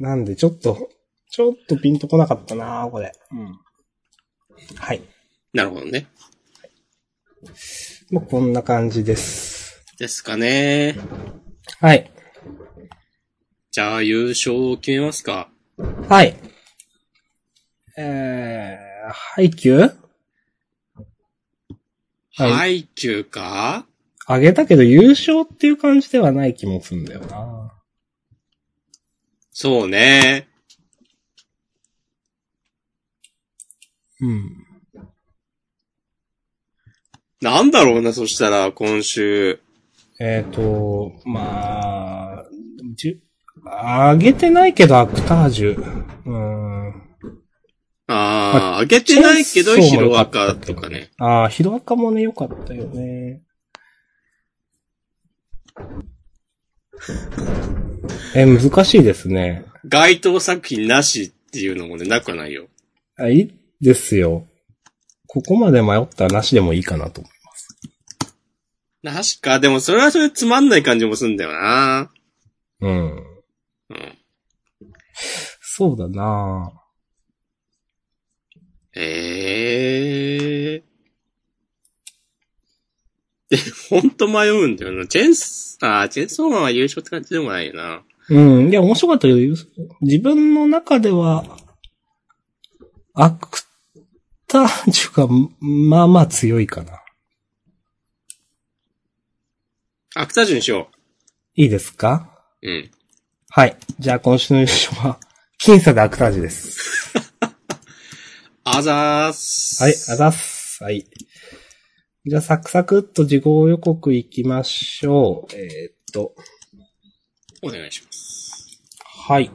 なんでちょっと、ちょっとピンとこなかったなこれ。うん。はい。なるほどね。もうこんな感じです。ですかね。はい。じゃあ優勝を決めますか。はい。えー、配給はいはい、キューかあげたけど優勝っていう感じではない気もするんだよな。そうね。うん。なんだろうな、そしたら、今週。えっ、と、まあ、じゅ、あげてないけどアクタージュ。うん。ああ、上げてないけど、そうヒロアカとかね。ああ、ヒロアカもね、良かったよね。え、難しいですね。該当作品なしっていうのもね、なくはないよ。あいいですよ。ここまで迷ったらなしでもいいかなと。なしか、でもそれはそれでつまんない感じもするんだよな。うん。うん。そうだなぁええで、ほんと迷うんだよな。チェンス、あーチェンソーマンは優勝って感じでもないよな。うん。いや、面白かったけど、自分の中では、アクタージュが、まあまあ強いかな。アクタージュにしよいいですかう。うん。はい。じゃあ今週の優勝は、僅差でアクタージュです。あざーす。はい、あざっす。はい。じゃあサクサクっと事後予告いきましょう。えーっと、お願いします。はい。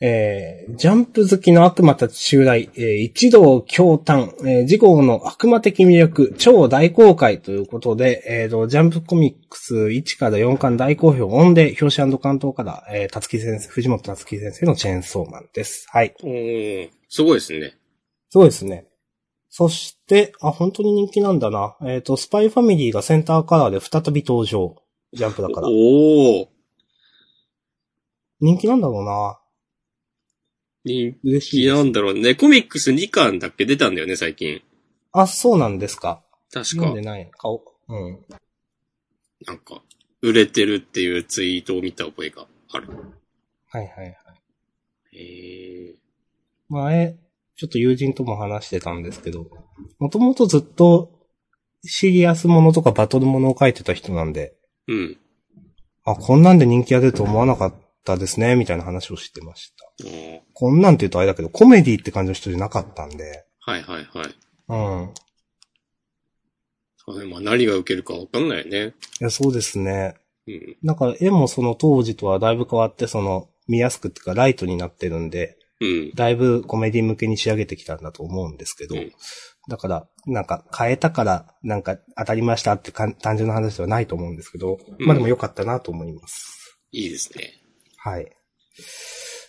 えー、ジャンプ好きの悪魔たち襲来、えー一同驚嘆、えー、次号の悪魔的魅力、超大公開ということで、えーと、ジャンプコミックス1から4巻大好評、オンで表紙関東から、えー、たつき先生、藤本たつき先生のチェーンソーマンです。はい。おー、すごいですね。そうですね。そして、あ、本当に人気なんだな。えっ、と、スパイファミリーがセンターカラーで再び登場。ジャンプだから。おー、人気なんだろうな。人嬉し気いでなす。んだろうね。コミックス2巻だっけ出たんだよね、最近。あ、そうなんですか。確読かんで。ない顔。うん。なんか、売れてるっていうツイートを見た覚えがある。はいはいはい。えー、前、ちょっと友人とも話してたんですけど、もともとずっとシリアスものとかバトルものを書いてた人なんで、うん。あ、こんなんで人気が出ると思わなかったですね、みたいな話をしてました。おーこんなんって言うとあれだけど、コメディって感じの人じゃなかったんで、はいはいはい。うん。いそうねまあ、何が受けるかわかんないよね。や、そうですね。うん。なんか絵もその当時とはだいぶ変わって、その、見やすくっていうかライトになってるんで、うん。だいぶコメディ向けに仕上げてきたんだと思うんですけど、うんだから、なんか変えたから、なんか当たりましたってかん単純な話ではないと思うんですけど、うんまあでも良かったなと思います。いいですね。はい。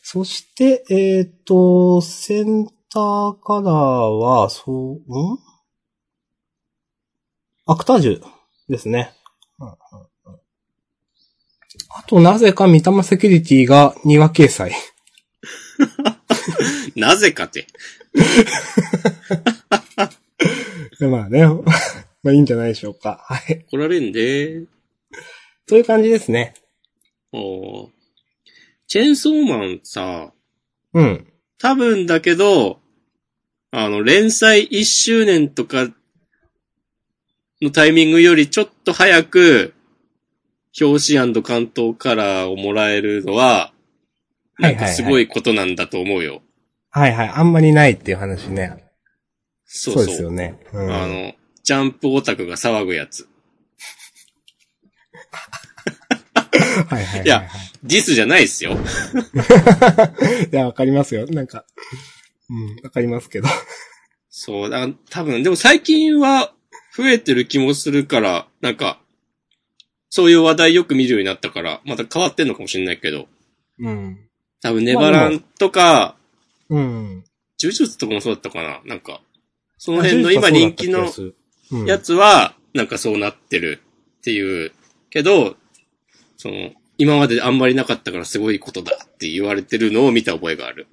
そして、えっ、と、センターカラーは、そう、んアクタージュですね。うんうんうんあと、なぜか、三玉セキュリティが庭掲載。 なぜかって。でまあね。 まあいいんじゃないでしょうか。はい。怒られんでー。という感じですね。おーチェーンソーマンさ、うん。多分だけど、あの、連載1周年とかのタイミングよりちょっと早く、表紙関東カラーをもらえるのは、なんかすごいことなんだと思うよ。はいはい。あんまりないっていう話ね。そうそうそう。ですよね。うん、あの、ジャンプオタクが騒ぐやつ。はいはいはいはいいやディスじゃないですよ。いや、わかりますよ。なんか。うん、わかりますけど。そう、だ多分、でも最近は増えてる気もするから、なんか、そういう話題よく見るようになったから、また変わってんのかもしれないけど、うん。多分ネバランとか、うん。呪術とかもそうだったかななんか、そこの辺の今人気のうん、やつは、なんかそうなってるっていう、けど、その、今まであんまりなかったからすごいことだって言われてるのを見た覚えがある。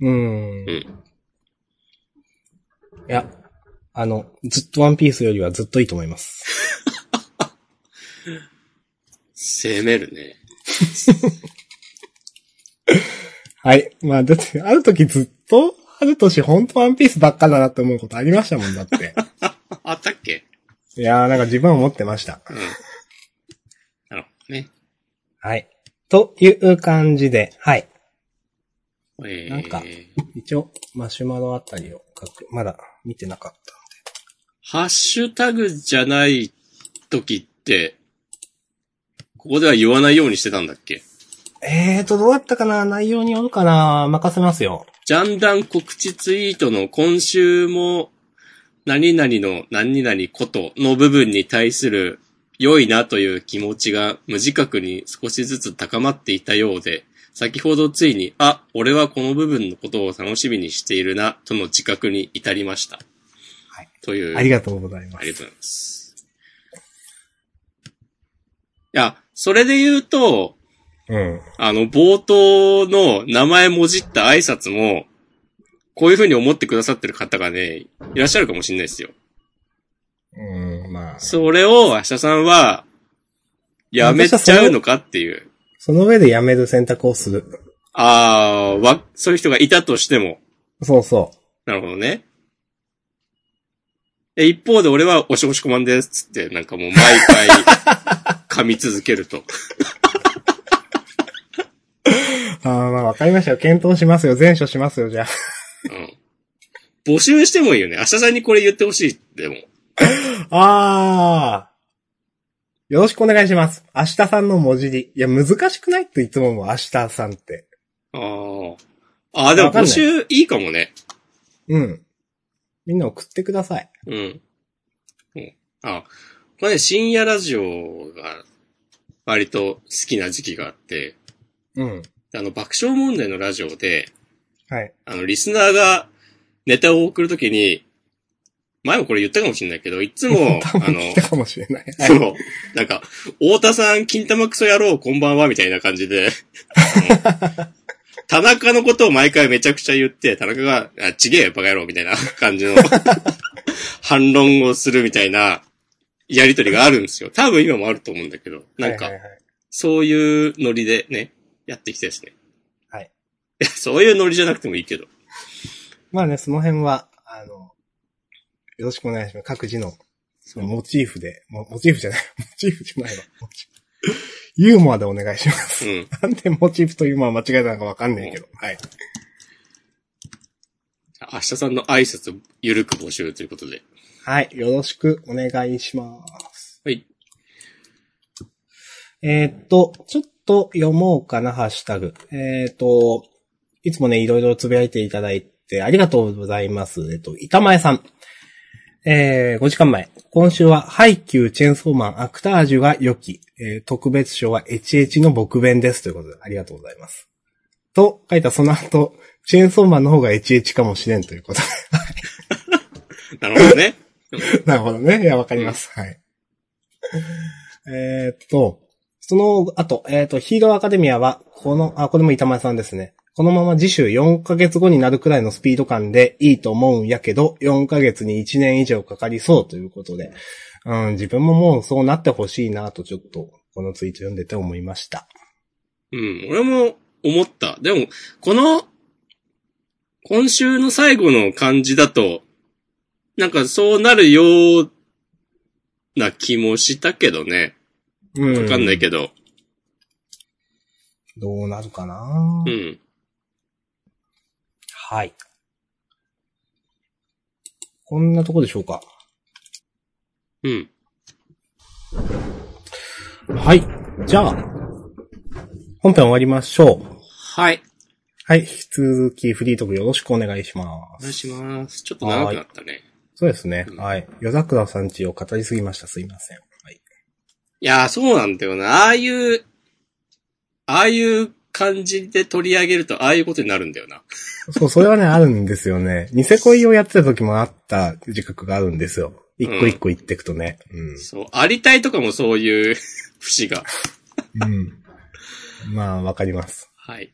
うん。うんいや、あの、ずっとワンピースよりはずっといいと思います。攻めるね。はい。まあ、だって、ある時ずっと、ある年ほんとワンピースばっかだなって思うことありましたもんだって。あったっけいやー、なんか自分は思ってました。うん。なるほどね。はい。という感じで、はい。えー、なんか一応、マシュマロあたりを書く。まだ見てなかっハッシュタグじゃない時って、ここでは言わないようにしてたんだっけた。えーと、どうだったかな内容によるかな任せますよ。ジャンダン告知ツイートの今週も、何々の何々ことの部分に対する良いなという気持ちが無自覚に少しずつ高まっていたようで、先ほどついに、あ、俺はこの部分のことを楽しみにしているな、との自覚に至りました。はい。という。ありがとうございまありがす。とうございます。いや、それで言うと、うん。あの、冒頭の名前もじった挨拶も、こういう風に思ってくださってる方がね、いらっしゃるかもしれないですよ。うん、まあ。それを、明日さんは、やめちゃうのかっていう。その上でやめる選択をする。あー、わ、そういう人がいたとしても。そうそなるほどね。え、一方で俺は、おしおしこまんです。つって、なんかもう毎回、噛み続けると。ああ、まあわかりましたよ。検討しますよ。全書しますよ、じゃあ。うん。募集してもいいよね。明日さんにこれ言ってほしい。でも。ああ。よろしくお願いします。明日さんの文字に。いや、難しくないっていつも思う、明日さんって。ああ。ああ、でもわかんな募い集いいかもね。うん。みんな送ってください。うん。うんあこれね、深夜ラジオが割と好きな時期があって、うん。あの、爆笑問題のラジオで、はい。あの、リスナーがネタを送るときに、前もこれ言ったかもしれないけど、いつも 、多あ分の来、たかもしれない。はいそう、なんか、太田さん、金玉クソ野郎、こんばんは、みたいな感じで、 あの田中のことを毎回めちゃくちゃ言って、田中が、あ、ちげえよ、バカ野郎、みたいな感 じの反論をするみたいな、やりとりがあるんですよ。多分今もあると思うんだけど、なんかはい、はいはいそういうノリでね、やっていきたいですね。はい。いやそういうノリじゃなくてもいいけど。まあね、その辺は、あの、よろしくお願いします。各自の、そのモチーフで、モモチーフじゃない、 モチーフじゃないわ。モチーフユーモアでお願いします。 うん。なんでモチーフとユーモア間違えたのかわかんないけど。はい。明日さんの挨拶、ゆるく募集ということで。はい。よろしくお願いします。はい。えーっと、ちょっと読もうかな、ハッシュタグ。えーっと、いつもね、いろいろつぶやいていただいてありがとうございます。えっと、板前さん。えー、5時間前。今週は、ハイキューチェンソーマンアクタージュが良き。えー特別賞はエチエチの僕弁です。ということで、ありがとうございます。と、書いたその後、チェーンソーマンの方がエチエチかもしれんということで。なるほどね。 なるほどね。いや、わかります。はい。えーっと、その後、えーっと、ヒーローアカデミアは、この、あ、これも板前さんですね。このまま次週4ヶ月後になるくらいのスピード感でいいと思うんやけど、4ヶ月に1年以上かかりそうということで、うん、自分ももうそうなってほしいなとちょっと、このツイート読んでて思いました。うん、俺も思った。でも、この、今週の最後の感じだと、なんかそうなるような気もしたけどね。うん。わかんないど。けど。どうなるかな、うん。はい。こんなとこでしょうか。うん。はい。じゃあ、本編終わりましょう。はい。はい。引き続きフリートークよろしくお願いしまおす。願いします。ちょっと長くなったね。そうですね。はい。夜桜さんちを語りすぎました。すいません。はい。いやー、そうなんだよな。ああいう、ああいう感じで取り上げると、ああいうことになるんだよな。そう、それはね、 あるんですよね。ニセ恋をやってた時もあった自覚があるんですよ。一個一個言ってくとね。そう。ありたいとかもそういう 節が。うん。うん。まあ、わかります。はい。